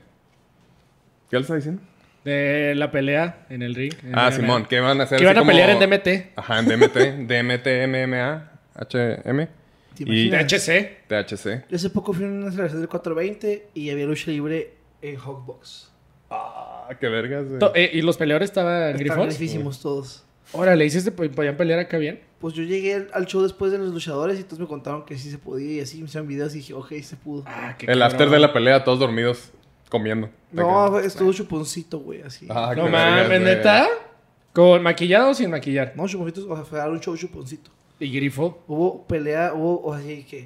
[SPEAKER 3] ¿Qué le está diciendo?
[SPEAKER 2] De la pelea en el ring. en
[SPEAKER 3] ah,
[SPEAKER 2] MMA.
[SPEAKER 3] Simón, que van a hacer
[SPEAKER 2] Que iban
[SPEAKER 3] así
[SPEAKER 2] a
[SPEAKER 3] como-
[SPEAKER 2] pelear en DMT.
[SPEAKER 3] Ajá, en DMT. [LAUGHS] DMT, MMA, HM
[SPEAKER 4] ¿Te
[SPEAKER 3] y
[SPEAKER 4] imaginas?
[SPEAKER 2] THC.
[SPEAKER 3] THC.
[SPEAKER 4] Yo hace poco fui a una celebración del 420 y había lucha libre en Hogbox.
[SPEAKER 3] Ah, qué vergas, güey.
[SPEAKER 2] To- eh, ¿Y los peleadores estaban
[SPEAKER 4] Estaban
[SPEAKER 2] grifos?
[SPEAKER 4] grifísimos todos.
[SPEAKER 2] Órale, hiciste, pues, podían pelear acá bien.
[SPEAKER 4] Pues yo llegué al- al show después de los luchadores y entonces me contaron que sí se podía y así me hicieron videos y dije, ok, se pudo.
[SPEAKER 2] Ah, qué
[SPEAKER 3] El after
[SPEAKER 2] cabrón.
[SPEAKER 3] de la pelea, todos dormidos, comiendo.
[SPEAKER 4] no, güey, estuvo chuponcito, güey, así.
[SPEAKER 3] Ah, qué
[SPEAKER 2] No
[SPEAKER 3] vergas,
[SPEAKER 2] mames,
[SPEAKER 3] güey.
[SPEAKER 2] neta. ¿Con maquillado o sin maquillar?
[SPEAKER 4] No, chuponcito, o sea, fue dar un show chuponcito.
[SPEAKER 2] Y grifo.
[SPEAKER 4] Hubo pelea, hubo, o sea, y que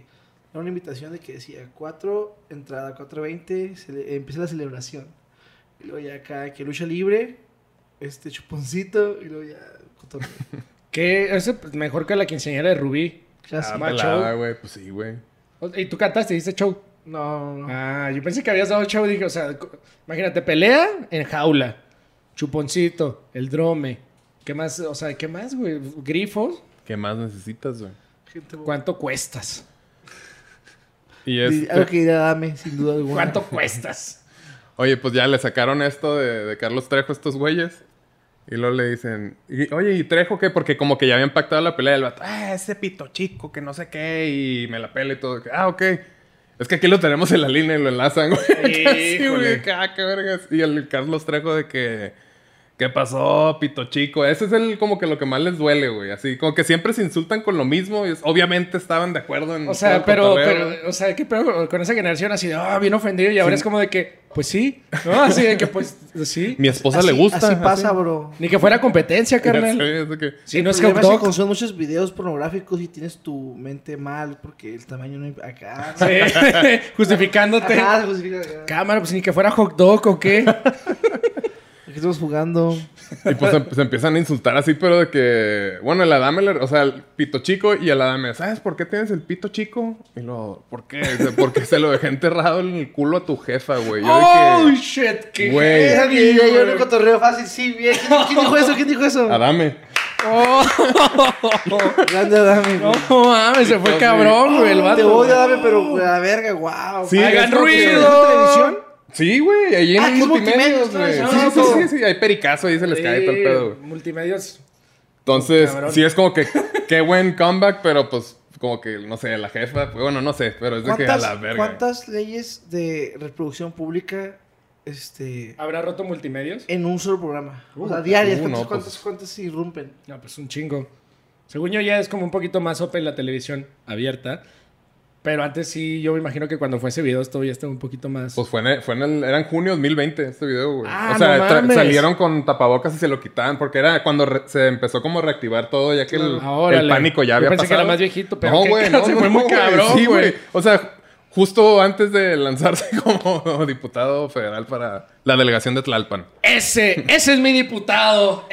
[SPEAKER 4] era una invitación de que decía 4, entrada 4.20, cele- empieza la celebración. Y luego ya acá, que lucha libre, este chuponcito, y luego ya cotorreo.
[SPEAKER 2] Ah, Que es mejor que la quinceañera de Rubí.
[SPEAKER 3] Ah,
[SPEAKER 4] Clásico.
[SPEAKER 3] pelada, güey. Pues sí, güey.
[SPEAKER 2] O- Y tú cantaste, hiciste show.
[SPEAKER 4] no, no, no.
[SPEAKER 2] Ah, yo pensé que habías dado show. Dije, o sea, co- imagínate, pelea en jaula. Chuponcito, el drome. ¿Qué más? O sea, ¿qué más, güey? Grifos.
[SPEAKER 3] ¿Qué más necesitas, güey?
[SPEAKER 4] Gente bo-
[SPEAKER 2] ¿Cuánto cuestas?
[SPEAKER 3] Y
[SPEAKER 4] Di-
[SPEAKER 3] este-
[SPEAKER 4] Algo que dirá dame, sin duda alguna.
[SPEAKER 2] ¿Cuánto
[SPEAKER 3] [LAUGHS]
[SPEAKER 2] cuestas?
[SPEAKER 3] Oye, pues ya le sacaron esto de, de Carlos Trejo a estos güeyes. Y luego le dicen, y- oye, ¿y Trejo qué? Porque como que ya habían pactado la pelea del vato. Ah, ese pito chico que no sé qué. Y me la pela y todo. Ah, ok. Es que aquí lo tenemos en la línea y lo enlazan, güey. [LAUGHS] Casi, güey.
[SPEAKER 2] Híjole.
[SPEAKER 3] Ah, qué vergas. Y el Carlos Trejo de que... ¿Qué pasó, pito chico? Ese es el como que lo que más les duele, güey. Así, como que siempre se insultan con lo mismo. Y es- obviamente estaban de acuerdo
[SPEAKER 2] O
[SPEAKER 3] en... todo
[SPEAKER 2] sea,
[SPEAKER 3] el
[SPEAKER 2] pero,
[SPEAKER 3] cotorreo, güey.
[SPEAKER 2] pero, o sea, ¿qué pedo con- con esa generación así de, ah, bien ofendido? Y ahora es como de que, pues sí, ¿no? Así de que, pues sí.
[SPEAKER 3] Mi esposa
[SPEAKER 4] Así-
[SPEAKER 3] le gusta.
[SPEAKER 4] Así pasa, bro.
[SPEAKER 2] Ni que fuera competencia,
[SPEAKER 3] [LAUGHS] Sí,
[SPEAKER 2] carnal.
[SPEAKER 3] es de que-
[SPEAKER 2] Si no es hot
[SPEAKER 4] problema es que
[SPEAKER 2] dog.
[SPEAKER 4] consumes muchos videos pornográficos y tienes tu mente mal porque el tamaño no... hay- Acá.
[SPEAKER 2] [LAUGHS] [LAUGHS]
[SPEAKER 4] ¿no?
[SPEAKER 2] Sí, justificándote.
[SPEAKER 4] Acá, pues, mira, acá.
[SPEAKER 2] Cámara, pues ni que fuera hot dog o qué.
[SPEAKER 4] Aquí estamos jugando.
[SPEAKER 3] Y pues se, se empiezan a insultar así, pero de que, bueno, el Adame, le- o sea, el pito chico y el Adame, ¿sabes por qué tienes el pito chico? Y luego, ¿por qué? Dice, Porque se lo dejé enterrado en el culo a tu jefa, güey. Yo
[SPEAKER 2] oh,
[SPEAKER 3] dije,
[SPEAKER 2] shit, qué
[SPEAKER 3] Güey.
[SPEAKER 4] Esa
[SPEAKER 2] heavy,
[SPEAKER 4] que diría yo en
[SPEAKER 2] güey.
[SPEAKER 4] un cotorreo fácil, sí, bien. ¿Quién, quién dijo eso? ¿Quién dijo eso?
[SPEAKER 3] Adame.
[SPEAKER 4] Grande Adame. güey.
[SPEAKER 2] No mames, se fue cabrón, güey,
[SPEAKER 3] Ah,
[SPEAKER 2] el
[SPEAKER 4] Te
[SPEAKER 2] vato.
[SPEAKER 4] odio, Adame, pero güey, a la verga, wow.
[SPEAKER 3] Sí,
[SPEAKER 2] ¡Hagan
[SPEAKER 3] es como que-
[SPEAKER 2] ruido!
[SPEAKER 4] televisión?
[SPEAKER 3] Sí, güey, ahí en
[SPEAKER 4] Ah, que es multimedia,
[SPEAKER 3] multimedios, güey. Sí,
[SPEAKER 4] ustedes,
[SPEAKER 3] sí,
[SPEAKER 4] ah,
[SPEAKER 3] sí,
[SPEAKER 4] ok.
[SPEAKER 3] sí, sí, hay pericazo, ahí se les cae todo el pedo, güey.
[SPEAKER 2] Multimedios.
[SPEAKER 3] Entonces,
[SPEAKER 2] Cabrón.
[SPEAKER 3] sí es como que, qué buen comeback, pero pues, como que, no sé, la jefa, pues, bueno, no sé, pero es de que a la
[SPEAKER 4] ¿Cuántas,
[SPEAKER 3] verga.
[SPEAKER 4] cuántas leyes de reproducción pública este,
[SPEAKER 2] ¿Habrá roto multimedios?
[SPEAKER 4] en un solo programa? o sea,
[SPEAKER 3] Uh,
[SPEAKER 4] diarias.
[SPEAKER 3] uh,
[SPEAKER 4] ¿Cuántas,
[SPEAKER 3] no,
[SPEAKER 4] cuántas,
[SPEAKER 3] pues.
[SPEAKER 4] cuántas se irrumpen?
[SPEAKER 2] No, pues un chingo. Según yo ya es como un poquito más open la televisión abierta. Pero antes sí, yo me imagino que cuando fue ese video todavía estaba un poquito más...
[SPEAKER 3] Pues fue en, el, fue en el... Era en junio 2020 este video, güey.
[SPEAKER 2] Ah,
[SPEAKER 3] o sea,
[SPEAKER 2] no
[SPEAKER 3] tra-
[SPEAKER 2] mames.
[SPEAKER 3] salieron con tapabocas y se lo quitaban. Porque era cuando re- se empezó como a reactivar todo, ya que el,
[SPEAKER 2] Ah, órale.
[SPEAKER 3] el pánico ya
[SPEAKER 2] Yo
[SPEAKER 3] había
[SPEAKER 2] pensé que
[SPEAKER 3] pasado.
[SPEAKER 2] era más viejito, pero
[SPEAKER 3] No,
[SPEAKER 2] qué
[SPEAKER 3] güey,
[SPEAKER 2] ca-
[SPEAKER 3] no,
[SPEAKER 2] se
[SPEAKER 3] no,
[SPEAKER 2] fue muy
[SPEAKER 3] no,
[SPEAKER 2] [LAUGHS]
[SPEAKER 3] güey.
[SPEAKER 2] cabrón,
[SPEAKER 3] Sí,
[SPEAKER 2] güey.
[SPEAKER 3] güey. O sea, justo antes de lanzarse [LAUGHS] como diputado federal para la delegación de Tlalpan.
[SPEAKER 2] ¡Ese! ¡Ese es mi diputado!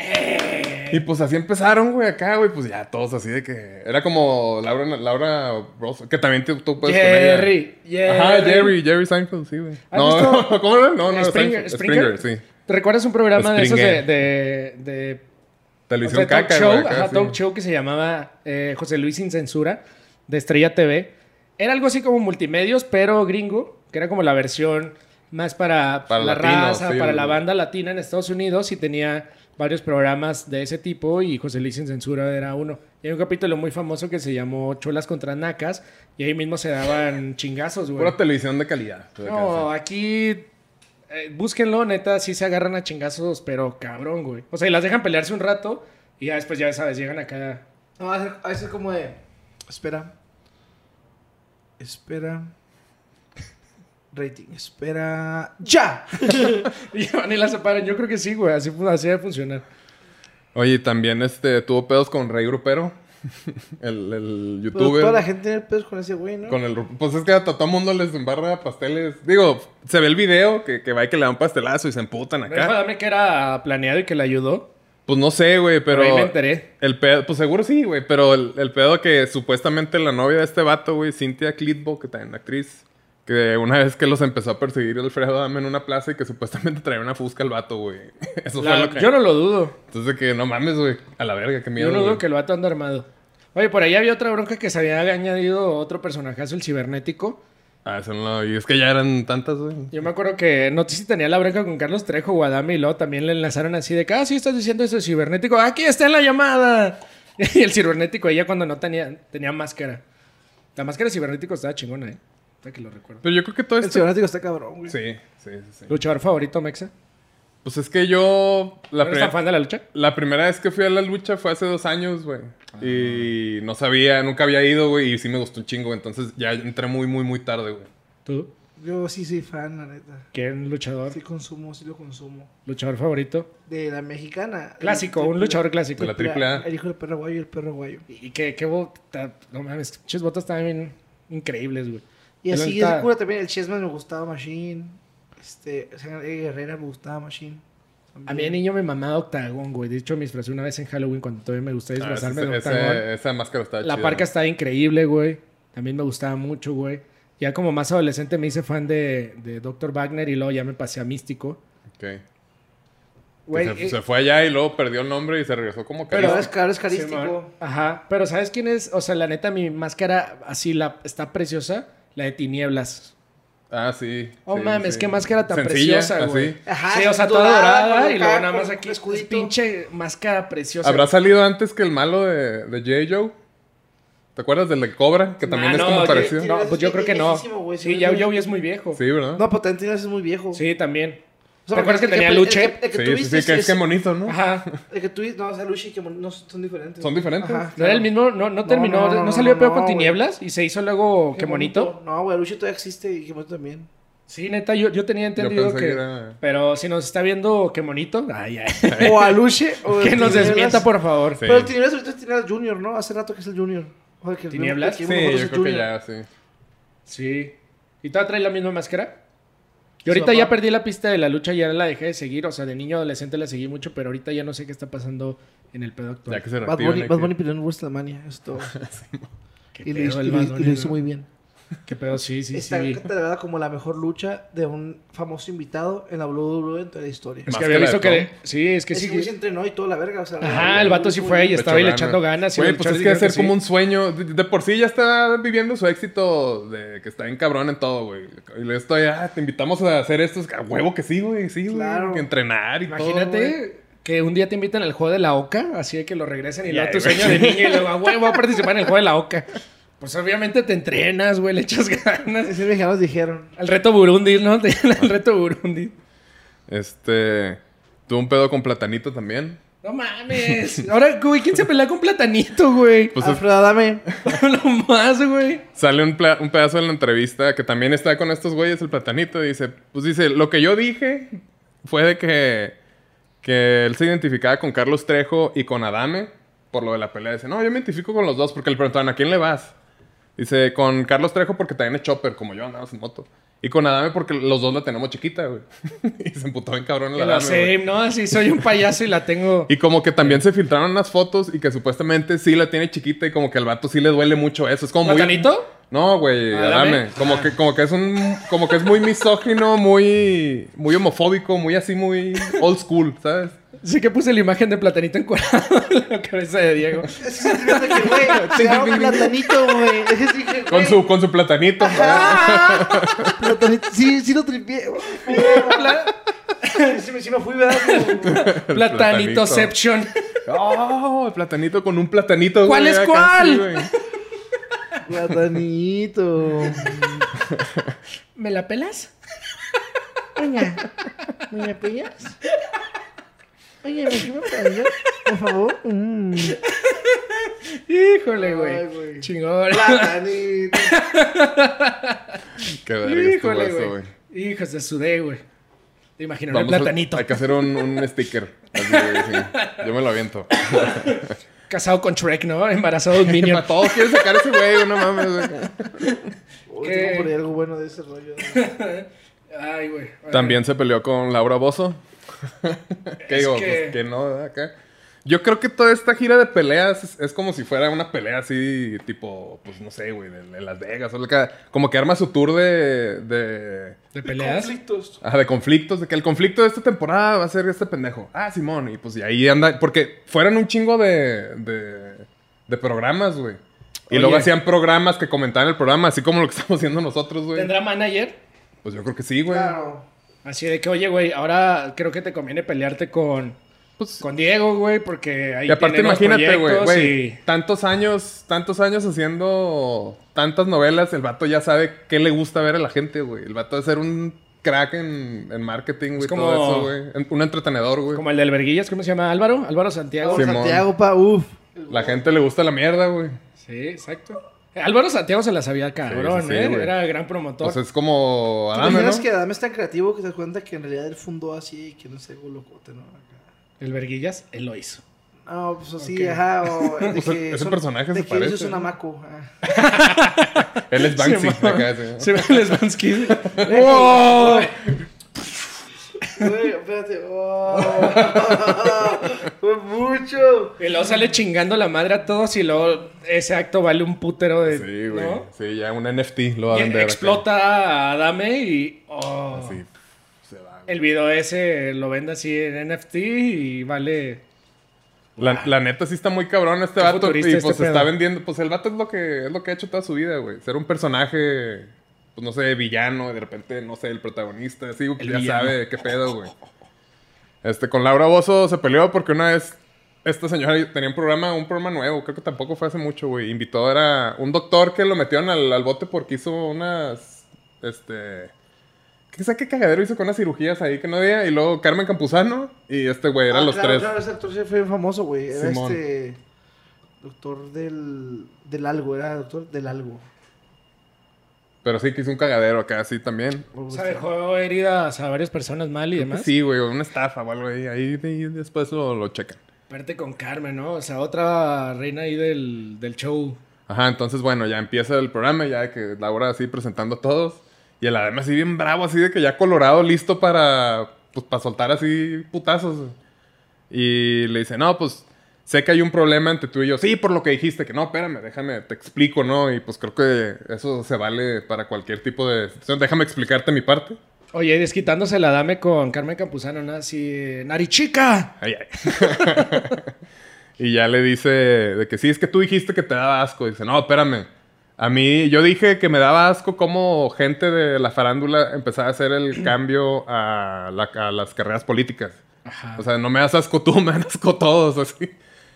[SPEAKER 3] Y pues así empezaron, güey, acá, güey. Pues ya todos así de que... Era como Laura... Laura Bros- que también tú, tú puedes con ella.
[SPEAKER 2] Jerry, Jerry.
[SPEAKER 3] Ajá, Jerry, Jerry Seinfeld, sí, güey.
[SPEAKER 2] ¿Has
[SPEAKER 3] No,
[SPEAKER 2] visto?
[SPEAKER 3] [LAUGHS] ¿cómo era? No, no,
[SPEAKER 2] Springer,
[SPEAKER 3] Seinfeld. Springer, sí.
[SPEAKER 2] ¿Te recuerdas un programa de esos de,
[SPEAKER 3] Springer.
[SPEAKER 2] de, de-
[SPEAKER 3] Televisión
[SPEAKER 2] o sea, talk
[SPEAKER 3] caca,
[SPEAKER 2] show,
[SPEAKER 3] güey. acá,
[SPEAKER 2] ajá,
[SPEAKER 3] sí.
[SPEAKER 2] talk show que se llamaba eh, José Luis Sin Censura, de Estrella TV. Era algo así como multimedios, pero gringo, que era como la versión más para, pues,
[SPEAKER 3] Para
[SPEAKER 2] la
[SPEAKER 3] latinos,
[SPEAKER 2] raza,
[SPEAKER 3] sí,
[SPEAKER 2] para
[SPEAKER 3] güey.
[SPEAKER 2] la banda latina en Estados Unidos y tenía varios programas de ese tipo y José Luis Sin Censura era uno. Y hay un capítulo muy famoso que se llamó Cholas contra Nacas y ahí mismo se daban [LAUGHS] chingazos, güey.
[SPEAKER 3] Pura televisión de calidad.
[SPEAKER 2] No, aquí. eh, búsquenlo, neta, sí se agarran a chingazos, pero cabrón, güey. O sea, y las dejan pelearse un rato y ya después, ya sabes, llegan acá. [LAUGHS]
[SPEAKER 4] No, a veces- a veces como de... Espera. Espera. Rating. Espera. ¡Ya!
[SPEAKER 2] Y ya van y la separan. Yo creo que sí, güey. Así, fu- así debe funcionar.
[SPEAKER 3] Oye, y también este, tuvo pedos con Rey Grupero, [LAUGHS] el, el
[SPEAKER 2] Pues,
[SPEAKER 4] Pero toda la
[SPEAKER 3] youtuber.
[SPEAKER 4] gente tiene pedos con ese güey, ¿no?
[SPEAKER 3] Con el, ru- pues es que a todo el mundo les embarra pasteles. Digo, se ve el video que, que va y que le dan pastelazo y se emputan
[SPEAKER 2] No
[SPEAKER 3] acá.
[SPEAKER 2] dame que era planeado y que le ayudó.
[SPEAKER 3] Pues no sé, güey, pero.
[SPEAKER 2] Pero ahí me enteré.
[SPEAKER 3] El pedo, pues seguro sí, güey, pero el, el pedo que supuestamente la novia de este vato, güey, Cynthia Clitbo, que también actriz, que una vez que los empezó a perseguir Alfredo Adame en una plaza y que supuestamente traía una fusca al vato, güey. [LAUGHS] Eso
[SPEAKER 2] La-
[SPEAKER 3] fue lo que...
[SPEAKER 2] Yo no lo dudo.
[SPEAKER 3] Entonces que no mames, güey, a la verga, qué miedo.
[SPEAKER 2] yo no
[SPEAKER 3] güey.
[SPEAKER 2] dudo que el vato anda armado. Oye, por ahí había otra bronca que se había añadido otro personajazo, el cibernético.
[SPEAKER 3] Ah, eso no lo vi. Es que ya eran tantas, güey.
[SPEAKER 2] Yo me acuerdo que no sé si tenía la bronca con Carlos Trejo o Adame y luego también le enlazaron así de que, ah, sí, estás diciendo eso cibernético, aquí está en la llamada. [LAUGHS] Y el cibernético, ella cuando no tenía, tenía máscara. La máscara de cibernético estaba chingona, ¿eh? Hasta que lo recuerdo.
[SPEAKER 3] Pero yo creo que todo
[SPEAKER 4] El
[SPEAKER 3] esto...
[SPEAKER 4] cibernético está cabrón, güey.
[SPEAKER 3] Sí, sí, sí, sí.
[SPEAKER 2] Luchador favorito, Mexa.
[SPEAKER 3] Pues es que yo...
[SPEAKER 2] ¿No
[SPEAKER 3] La
[SPEAKER 2] eres
[SPEAKER 3] primera-
[SPEAKER 2] tan fan de la lucha?
[SPEAKER 3] La primera vez que fui a la lucha fue hace dos años, güey. Y no sabía, nunca había ido, güey, y sí me gustó un chingo. Entonces ya entré muy, muy, muy tarde, güey.
[SPEAKER 2] ¿Tú?
[SPEAKER 4] Yo sí soy fan, la neta.
[SPEAKER 2] ¿Quién luchador?
[SPEAKER 4] Sí consumo, sí lo consumo.
[SPEAKER 2] ¿Luchador favorito?
[SPEAKER 4] De la mexicana.
[SPEAKER 2] Clásico,
[SPEAKER 4] El-
[SPEAKER 2] un luchador clásico.
[SPEAKER 3] De la triple A.
[SPEAKER 4] El hijo del perro guayo, el perro guayo.
[SPEAKER 2] Y que, que bota, no mames, pinches botas también increíbles, güey.
[SPEAKER 4] Y
[SPEAKER 2] Pero
[SPEAKER 4] así
[SPEAKER 2] está-
[SPEAKER 4] es cura también. El Chessman me gustaba Machine. Este, o sea, Eddie Guerrera me gustaba Machine.
[SPEAKER 2] A
[SPEAKER 4] Mm.
[SPEAKER 2] mí de niño me mamaba Octagón, güey. De hecho, me disfrazé una vez en Halloween cuando todavía me gustaba
[SPEAKER 3] Ah,
[SPEAKER 2] disfrazarme
[SPEAKER 3] ese-
[SPEAKER 2] de
[SPEAKER 3] ese-
[SPEAKER 2] Octagón.
[SPEAKER 3] esa máscara está chida.
[SPEAKER 2] La parca
[SPEAKER 3] güey.
[SPEAKER 2] estaba increíble, güey. También me gustaba mucho, güey. Ya como más adolescente me hice fan de, de Dr. Wagner y luego ya me pasé a Místico.
[SPEAKER 3] Ok.
[SPEAKER 2] Güey,
[SPEAKER 3] se,
[SPEAKER 2] eh,
[SPEAKER 3] se fue allá y luego perdió el nombre y se regresó como
[SPEAKER 4] Pero
[SPEAKER 3] carístico.
[SPEAKER 4] es caro, es
[SPEAKER 2] Sí,
[SPEAKER 4] carístico.
[SPEAKER 2] man. Ajá, pero ¿sabes quién es? O sea, la neta, mi máscara así la está preciosa, la de tinieblas.
[SPEAKER 3] Ah, sí.
[SPEAKER 2] Oh
[SPEAKER 3] sí,
[SPEAKER 2] mames,
[SPEAKER 3] sí.
[SPEAKER 2] qué máscara tan
[SPEAKER 3] Sencilla,
[SPEAKER 2] preciosa, güey.
[SPEAKER 3] así.
[SPEAKER 4] Ajá,
[SPEAKER 2] sí, o sea, toda
[SPEAKER 4] dorada,
[SPEAKER 2] dorada
[SPEAKER 4] con
[SPEAKER 2] y luego
[SPEAKER 4] acá,
[SPEAKER 2] nada más
[SPEAKER 4] con
[SPEAKER 2] aquí. es
[SPEAKER 4] escudito.
[SPEAKER 2] pinche máscara preciosa.
[SPEAKER 3] ¿Habrá salido antes que el malo de, de J. Joe? ¿Te acuerdas del de Cobra? Que también
[SPEAKER 2] Ah,
[SPEAKER 3] es
[SPEAKER 2] no,
[SPEAKER 3] como
[SPEAKER 2] oye,
[SPEAKER 3] parecido.
[SPEAKER 2] No, pues yo creo que no.
[SPEAKER 4] Viejísimo, güey,
[SPEAKER 2] Sí,
[SPEAKER 4] sí,
[SPEAKER 2] ya
[SPEAKER 4] sí.
[SPEAKER 2] Joey es muy viejo.
[SPEAKER 3] Sí, ¿verdad?
[SPEAKER 4] No, pero Tarantino es muy viejo.
[SPEAKER 2] Sí, también.
[SPEAKER 4] O sea,
[SPEAKER 2] ¿Te acuerdas que
[SPEAKER 4] el
[SPEAKER 2] tenía
[SPEAKER 4] el
[SPEAKER 2] Luche?
[SPEAKER 4] que- El que
[SPEAKER 3] Sí,
[SPEAKER 4] tú
[SPEAKER 3] sí, sí,
[SPEAKER 4] viste
[SPEAKER 3] que es
[SPEAKER 4] es-
[SPEAKER 3] que bonito, ¿no?
[SPEAKER 2] Ajá.
[SPEAKER 4] El que tú viste, no, o sea, Luche y que no son diferentes.
[SPEAKER 3] Son diferentes.
[SPEAKER 4] Ajá.
[SPEAKER 2] No era el mismo, no, no terminó, no,
[SPEAKER 4] no, no, no,
[SPEAKER 2] salió
[SPEAKER 4] no,
[SPEAKER 2] peor con
[SPEAKER 4] güey.
[SPEAKER 2] tinieblas y se hizo luego qué, bonito.
[SPEAKER 4] No, güey, Luche todavía existe y qué bonito también.
[SPEAKER 2] Sí, neta, yo, yo tenía entendido
[SPEAKER 3] pensé
[SPEAKER 2] que.
[SPEAKER 3] que era-
[SPEAKER 2] Pero si nos está viendo, qué bonito. Ay, ay.
[SPEAKER 4] O
[SPEAKER 2] [LAUGHS]
[SPEAKER 4] a Luche. o
[SPEAKER 2] que nos
[SPEAKER 4] Tinieblas.
[SPEAKER 2] desmienta, por favor.
[SPEAKER 3] Sí.
[SPEAKER 4] Pero el Tinieblas ahorita es Tinieblas Junior, ¿no? Hace rato que es el Junior. O sea, que el-
[SPEAKER 2] ¿Tinieblas?
[SPEAKER 4] que
[SPEAKER 3] Sí,
[SPEAKER 4] uno de nosotros
[SPEAKER 3] yo
[SPEAKER 4] es
[SPEAKER 3] creo que
[SPEAKER 4] Junior.
[SPEAKER 3] ya, sí.
[SPEAKER 2] Sí. ¿Y tú traes la misma máscara? Yo
[SPEAKER 4] Sí,
[SPEAKER 2] ahorita
[SPEAKER 4] papá.
[SPEAKER 2] ya perdí la pista de la lucha, ya la dejé de seguir. O sea, de niño adolescente la seguí mucho, pero ahorita ya no sé qué está pasando en el pedo actual.
[SPEAKER 3] Ya que se
[SPEAKER 4] Bad
[SPEAKER 3] reactiven
[SPEAKER 4] Bunny, Bad
[SPEAKER 3] aquí.
[SPEAKER 4] Bunny peleó en WrestleMania, eso es
[SPEAKER 2] [LAUGHS]
[SPEAKER 4] todo.
[SPEAKER 2] ¿Qué
[SPEAKER 4] y, lo
[SPEAKER 2] pedo
[SPEAKER 4] hizo,
[SPEAKER 2] el
[SPEAKER 4] y lo-
[SPEAKER 2] Bad
[SPEAKER 4] y lo
[SPEAKER 2] Bunny,
[SPEAKER 4] hizo
[SPEAKER 2] no?
[SPEAKER 4] muy bien.
[SPEAKER 2] ¿Qué pedo? Sí, sí,
[SPEAKER 4] Está
[SPEAKER 2] sí.
[SPEAKER 4] catalogada como la mejor lucha de un famoso invitado en la WWE en toda la historia.
[SPEAKER 2] Es
[SPEAKER 3] Más
[SPEAKER 2] que había
[SPEAKER 3] que la
[SPEAKER 2] visto
[SPEAKER 3] de
[SPEAKER 2] que...
[SPEAKER 3] Tom.
[SPEAKER 2] Sí, es que
[SPEAKER 4] Ese
[SPEAKER 2] sí.
[SPEAKER 4] güey se entrenó y toda la verga, o sea,
[SPEAKER 2] Ajá, el vato sí fue y
[SPEAKER 3] Le
[SPEAKER 2] estaba
[SPEAKER 3] echó
[SPEAKER 2] ahí le echando ganas. y
[SPEAKER 3] Güey,
[SPEAKER 2] los
[SPEAKER 3] pues es
[SPEAKER 2] luchadores
[SPEAKER 3] que
[SPEAKER 2] dijeron
[SPEAKER 3] hacer como
[SPEAKER 2] sí.
[SPEAKER 3] un sueño. De, de por sí ya está viviendo su éxito de que está en cabrón en todo, güey. Y le estoy, ah, te invitamos a hacer esto. Es que, A huevo que sí, güey, sí, güey.
[SPEAKER 4] Claro.
[SPEAKER 3] Que entrenar y todo. güey.
[SPEAKER 2] Imagínate que un día te invitan al juego de la OCA, así de que lo regresen y
[SPEAKER 3] Ya,
[SPEAKER 2] luego tu
[SPEAKER 3] güey.
[SPEAKER 2] sueño de niño y luego, "Ah, güey, voy a participar en el juego de la OCA. Pues obviamente te entrenas, güey, le echas [LAUGHS] ganas.
[SPEAKER 4] Ese mexicanos dijeron.
[SPEAKER 2] Al reto Burundi, ¿no? [LAUGHS] Al reto Burundi.
[SPEAKER 3] Este. Tuvo un pedo con platanito también.
[SPEAKER 2] No mames. Ahora, güey, ¿quién se pelea con platanito, güey? [LAUGHS]
[SPEAKER 3] Pues es-
[SPEAKER 4] Alfredo Adame.
[SPEAKER 2] no más, güey.
[SPEAKER 3] Sale un, pla- un pedazo de la entrevista que también está con estos güeyes, el platanito, y dice, pues dice, lo que yo dije fue de que, que él se identificaba con Carlos Trejo y con Adame por lo de la pelea. Dice, no, yo me identifico con los dos porque le preguntaban, ¿a quién le vas? Dice, con Carlos Trejo porque también es chopper, como yo andaba en moto. Y con Adame porque los dos la tenemos chiquita, güey. [LAUGHS] y se emputó bien cabrón el
[SPEAKER 2] Que lo
[SPEAKER 3] Adame, güey.
[SPEAKER 2] sé, ¿no? Así soy un payaso y la tengo.
[SPEAKER 3] Y como que también se filtraron unas fotos y que supuestamente sí la tiene chiquita y como que al vato sí le duele mucho eso. Es como muy...
[SPEAKER 2] ¿Platanito?
[SPEAKER 3] No, güey,
[SPEAKER 2] Ah,
[SPEAKER 3] Adame.
[SPEAKER 2] Adame.
[SPEAKER 3] Como que, como que es un. Como que es muy misógino, muy. muy homofóbico, muy así, muy old school, ¿sabes?
[SPEAKER 2] Sí que puse la imagen de platanito encuadrado [LAUGHS] en la cabeza de Diego.
[SPEAKER 4] Ese sentimiento de que, güey, [LAUGHS] se llama platanito, güey. Es que sí que,
[SPEAKER 3] Con
[SPEAKER 4] güey,
[SPEAKER 3] su, con su platanito.
[SPEAKER 4] platanito. Sí, sí lo tripié. güey. [LAUGHS] Sí, me- sí me fui, ¿verdad? Como-
[SPEAKER 2] Platanitoception.
[SPEAKER 3] Oh, el platanito con un platanito, güey.
[SPEAKER 2] ¿Cuál es
[SPEAKER 3] acá,
[SPEAKER 2] cuál?
[SPEAKER 3] sí, güey.
[SPEAKER 4] Platanito.
[SPEAKER 2] ¿Me la pelas?
[SPEAKER 4] Venga, ¿me apoyas? Oye, ¿me sirve para allá? Por favor. Mm.
[SPEAKER 2] Híjole,
[SPEAKER 4] Ay,
[SPEAKER 2] güey.
[SPEAKER 4] güey.
[SPEAKER 2] Chingón.
[SPEAKER 4] Platanito.
[SPEAKER 3] Qué verga estuvo
[SPEAKER 2] Híjole,
[SPEAKER 3] eso, güey.
[SPEAKER 2] güey. Hijos de su D, güey. Te imagino, el
[SPEAKER 3] Vamos a-
[SPEAKER 2] platanito.
[SPEAKER 3] hay que hacer un, un sticker. Así, güey, sí. Yo me lo aviento.
[SPEAKER 2] Casado con Shrek, ¿no? Embarazado de un
[SPEAKER 3] [LAUGHS]
[SPEAKER 2] minion.
[SPEAKER 3] Para todos quieren sacar ese güey, no mames, güey.
[SPEAKER 4] Uy,
[SPEAKER 2] ¿Qué?
[SPEAKER 4] tengo por ahí algo bueno de ese rollo.
[SPEAKER 2] Ay, güey.
[SPEAKER 3] También se peleó con Laura
[SPEAKER 2] [LAUGHS]
[SPEAKER 3] Bozo. que
[SPEAKER 2] Es
[SPEAKER 3] digo,
[SPEAKER 2] que-
[SPEAKER 3] pues que no, ¿verdad? acá. Yo creo que toda esta gira de peleas es, es como si fuera una pelea así, tipo, pues no sé, güey, de, de Las Vegas. O lo que- como que arma su tour de. de
[SPEAKER 2] ¿De peleas?
[SPEAKER 4] Conflictos.
[SPEAKER 3] ajá, de conflictos, de que el conflicto de esta temporada va a ser este pendejo. Ah, Simón, y pues y ahí anda. Porque fueron un chingo de. de, de programas, güey. Y
[SPEAKER 2] Oye.
[SPEAKER 3] luego hacían programas que comentaban el programa, así como lo que [LAUGHS] estamos haciendo nosotros, güey.
[SPEAKER 2] ¿Tendrá manager?
[SPEAKER 3] Pues yo creo que sí, güey.
[SPEAKER 4] Claro.
[SPEAKER 2] Así de que, oye, güey, ahora creo que te conviene pelearte con,
[SPEAKER 3] Pues
[SPEAKER 2] con Diego, güey, porque ahí
[SPEAKER 3] Y aparte
[SPEAKER 2] tiene unos
[SPEAKER 3] imagínate, güey,
[SPEAKER 2] proyectos
[SPEAKER 3] güey,
[SPEAKER 2] y-
[SPEAKER 3] tantos años, tantos años haciendo tantas novelas, el vato ya sabe qué le gusta ver a la gente, güey. El vato es ser un crack en, en marketing, güey,
[SPEAKER 2] como-
[SPEAKER 3] todo eso, güey. En- Un entretenedor, güey.
[SPEAKER 2] Como el de Alberguillas, ¿cómo se llama? Álvaro. Álvaro Santiago.
[SPEAKER 4] Vamos,
[SPEAKER 3] Sí. Simón.
[SPEAKER 4] Santiago, pa, uff.
[SPEAKER 3] La gente le gusta la mierda, güey.
[SPEAKER 2] Sí, exacto. Álvaro Santiago se la sabía cabrón,
[SPEAKER 3] sí, sí,
[SPEAKER 2] ¿eh?
[SPEAKER 3] güey.
[SPEAKER 2] Era gran promotor.
[SPEAKER 3] Pues es como
[SPEAKER 4] ¿Te
[SPEAKER 3] Adame,
[SPEAKER 4] imaginas
[SPEAKER 3] Ah, ¿no?
[SPEAKER 4] que Adam es tan creativo que se da cuenta que en realidad él fundó así y que no es algo locote, ¿no? Acá.
[SPEAKER 2] El Verguillas, él lo
[SPEAKER 3] [LAUGHS]
[SPEAKER 2] hizo.
[SPEAKER 4] No, pues así,
[SPEAKER 2] Ok.
[SPEAKER 4] ajá. O de
[SPEAKER 3] Pues
[SPEAKER 4] que
[SPEAKER 3] ese
[SPEAKER 4] son-
[SPEAKER 3] personaje
[SPEAKER 4] de
[SPEAKER 3] se
[SPEAKER 4] que ellos
[SPEAKER 3] parece.
[SPEAKER 4] son amaco.
[SPEAKER 3] [LAUGHS]
[SPEAKER 4] ah.
[SPEAKER 2] [LAUGHS]
[SPEAKER 3] Él es Banksy.
[SPEAKER 2] Se
[SPEAKER 3] acá,
[SPEAKER 2] va,
[SPEAKER 3] sí, ¿no?
[SPEAKER 2] se va el [LAUGHS] Svansky. ¡Wow!
[SPEAKER 3] ¡Oh!
[SPEAKER 4] Güey, espérate. oh. [LAUGHS] Fue mucho.
[SPEAKER 2] Y luego sale chingando la madre a todos y luego ese acto vale un putero de.
[SPEAKER 3] Sí, güey.
[SPEAKER 2] ¿no?
[SPEAKER 3] Sí, ya un NFT lo va a
[SPEAKER 2] Y
[SPEAKER 3] vender. acá. Ah,
[SPEAKER 2] explota a Adame y. oh.
[SPEAKER 3] Así. Se va,
[SPEAKER 2] el video ese lo vende así en NFT y vale.
[SPEAKER 3] La, la neta sí está muy cabrón este
[SPEAKER 2] Ah. Qué
[SPEAKER 3] vato. Y
[SPEAKER 2] futurista
[SPEAKER 3] pues
[SPEAKER 2] este
[SPEAKER 3] se
[SPEAKER 2] pedo.
[SPEAKER 3] está vendiendo. Pues el vato es lo que es lo que ha hecho toda su vida, güey. Ser un personaje, pues no sé, villano, de repente, no sé, el protagonista, así, ya
[SPEAKER 2] villano.
[SPEAKER 3] sabe qué pedo, güey. Este, con Laura Bozo se peleó porque una vez esta señora tenía un programa, un programa nuevo, creo que tampoco fue hace mucho, güey. Invitó, era un doctor que lo metieron al, al bote porque hizo unas. Este. ¿Qué sabe qué cagadero hizo con unas cirugías ahí que no había? Y luego Carmen Campuzano y este güey, eran
[SPEAKER 4] Ah,
[SPEAKER 3] los
[SPEAKER 4] claro,
[SPEAKER 3] tres.
[SPEAKER 4] Claro, ese actor sí fue famoso, güey. Era
[SPEAKER 3] Simón.
[SPEAKER 4] este. Doctor del. Del algo, era doctor del algo.
[SPEAKER 3] Pero sí que hizo un cagadero acá, sí también.
[SPEAKER 2] O sea, dejó heridas a varias personas mal y demás.
[SPEAKER 3] Sí, güey, una estafa o algo ahí. Ahí, ahí después lo, lo checan.
[SPEAKER 2] Aparte con Carmen, ¿no? O sea, otra reina ahí del, del show.
[SPEAKER 3] Ajá, entonces, bueno, ya empieza el programa, ya de que Laura así presentando a todos. Y el además así bien bravo, así de que ya colorado, listo para, pues, para soltar así putazos. Y le dice, no, pues, sé que hay un problema entre tú y yo. Sí, por lo que dijiste, que no, espérame, déjame, te explico, ¿no? Y pues creo que eso se vale para cualquier tipo de... situación. Déjame explicarte mi parte.
[SPEAKER 2] Oye, y desquitándose la dame con Carmen Campuzano, ¿no? Así, ¡Narichica!
[SPEAKER 3] Ay, ay. [LAUGHS] y ya le dice de que sí, es que tú dijiste que te daba asco. dice, no, espérame. A mí, yo dije que me daba asco como gente de la farándula empezaba a
[SPEAKER 2] [CLEARS THROAT]
[SPEAKER 3] hacer el cambio a, la- a las carreras políticas.
[SPEAKER 2] Ajá.
[SPEAKER 3] O sea, no me das asco tú, [LAUGHS] me dan asco todos, así.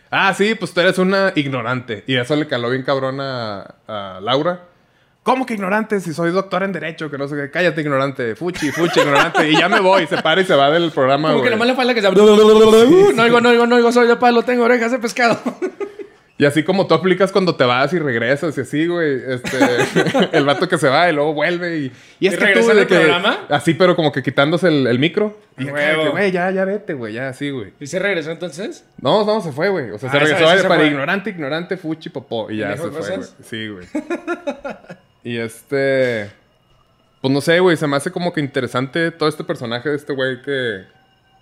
[SPEAKER 3] Ah, sí, pues tú eres una ignorante. Y eso le caló bien cabrón a, a Laura. ¿Cómo que ignorante? Si soy doctora en Derecho, que no sé qué. Cállate, ignorante. Fuchi, fuchi, ignorante. Y ya me voy. Se para y se va del programa,
[SPEAKER 2] Como que
[SPEAKER 3] Ah, güey.
[SPEAKER 2] nomás le falta que sea... Uh, No oigo, no oigo, no oigo, soy de palo, tengo orejas de pescado. [LAUGHS]
[SPEAKER 3] Y así como tú aplicas cuando te vas y regresas y así, güey. [LAUGHS] Este, el vato que se va y luego vuelve y...
[SPEAKER 5] Y
[SPEAKER 2] es que regresa
[SPEAKER 3] tú de
[SPEAKER 2] al programa?
[SPEAKER 3] Así, pero como que quitándose el, el micro. Y acá de que,
[SPEAKER 2] Huevo.
[SPEAKER 3] güey, ya, ya vete, güey. Ya, así, güey.
[SPEAKER 2] ¿Y se regresó entonces? [LAUGHS]
[SPEAKER 3] No, no, se fue, güey. O sea,
[SPEAKER 2] Ah,
[SPEAKER 3] se
[SPEAKER 2] esa
[SPEAKER 3] regresó
[SPEAKER 2] vez sí
[SPEAKER 3] de-
[SPEAKER 2] se
[SPEAKER 3] para
[SPEAKER 2] fue.
[SPEAKER 3] ignorante, ignorante, fuchi, popó. Y ya
[SPEAKER 2] dijo
[SPEAKER 3] se fue, güey.
[SPEAKER 2] cosas?
[SPEAKER 3] Sí, güey. [LAUGHS] y este... Pues no sé, güey. Se me hace como que interesante todo este personaje de este güey que...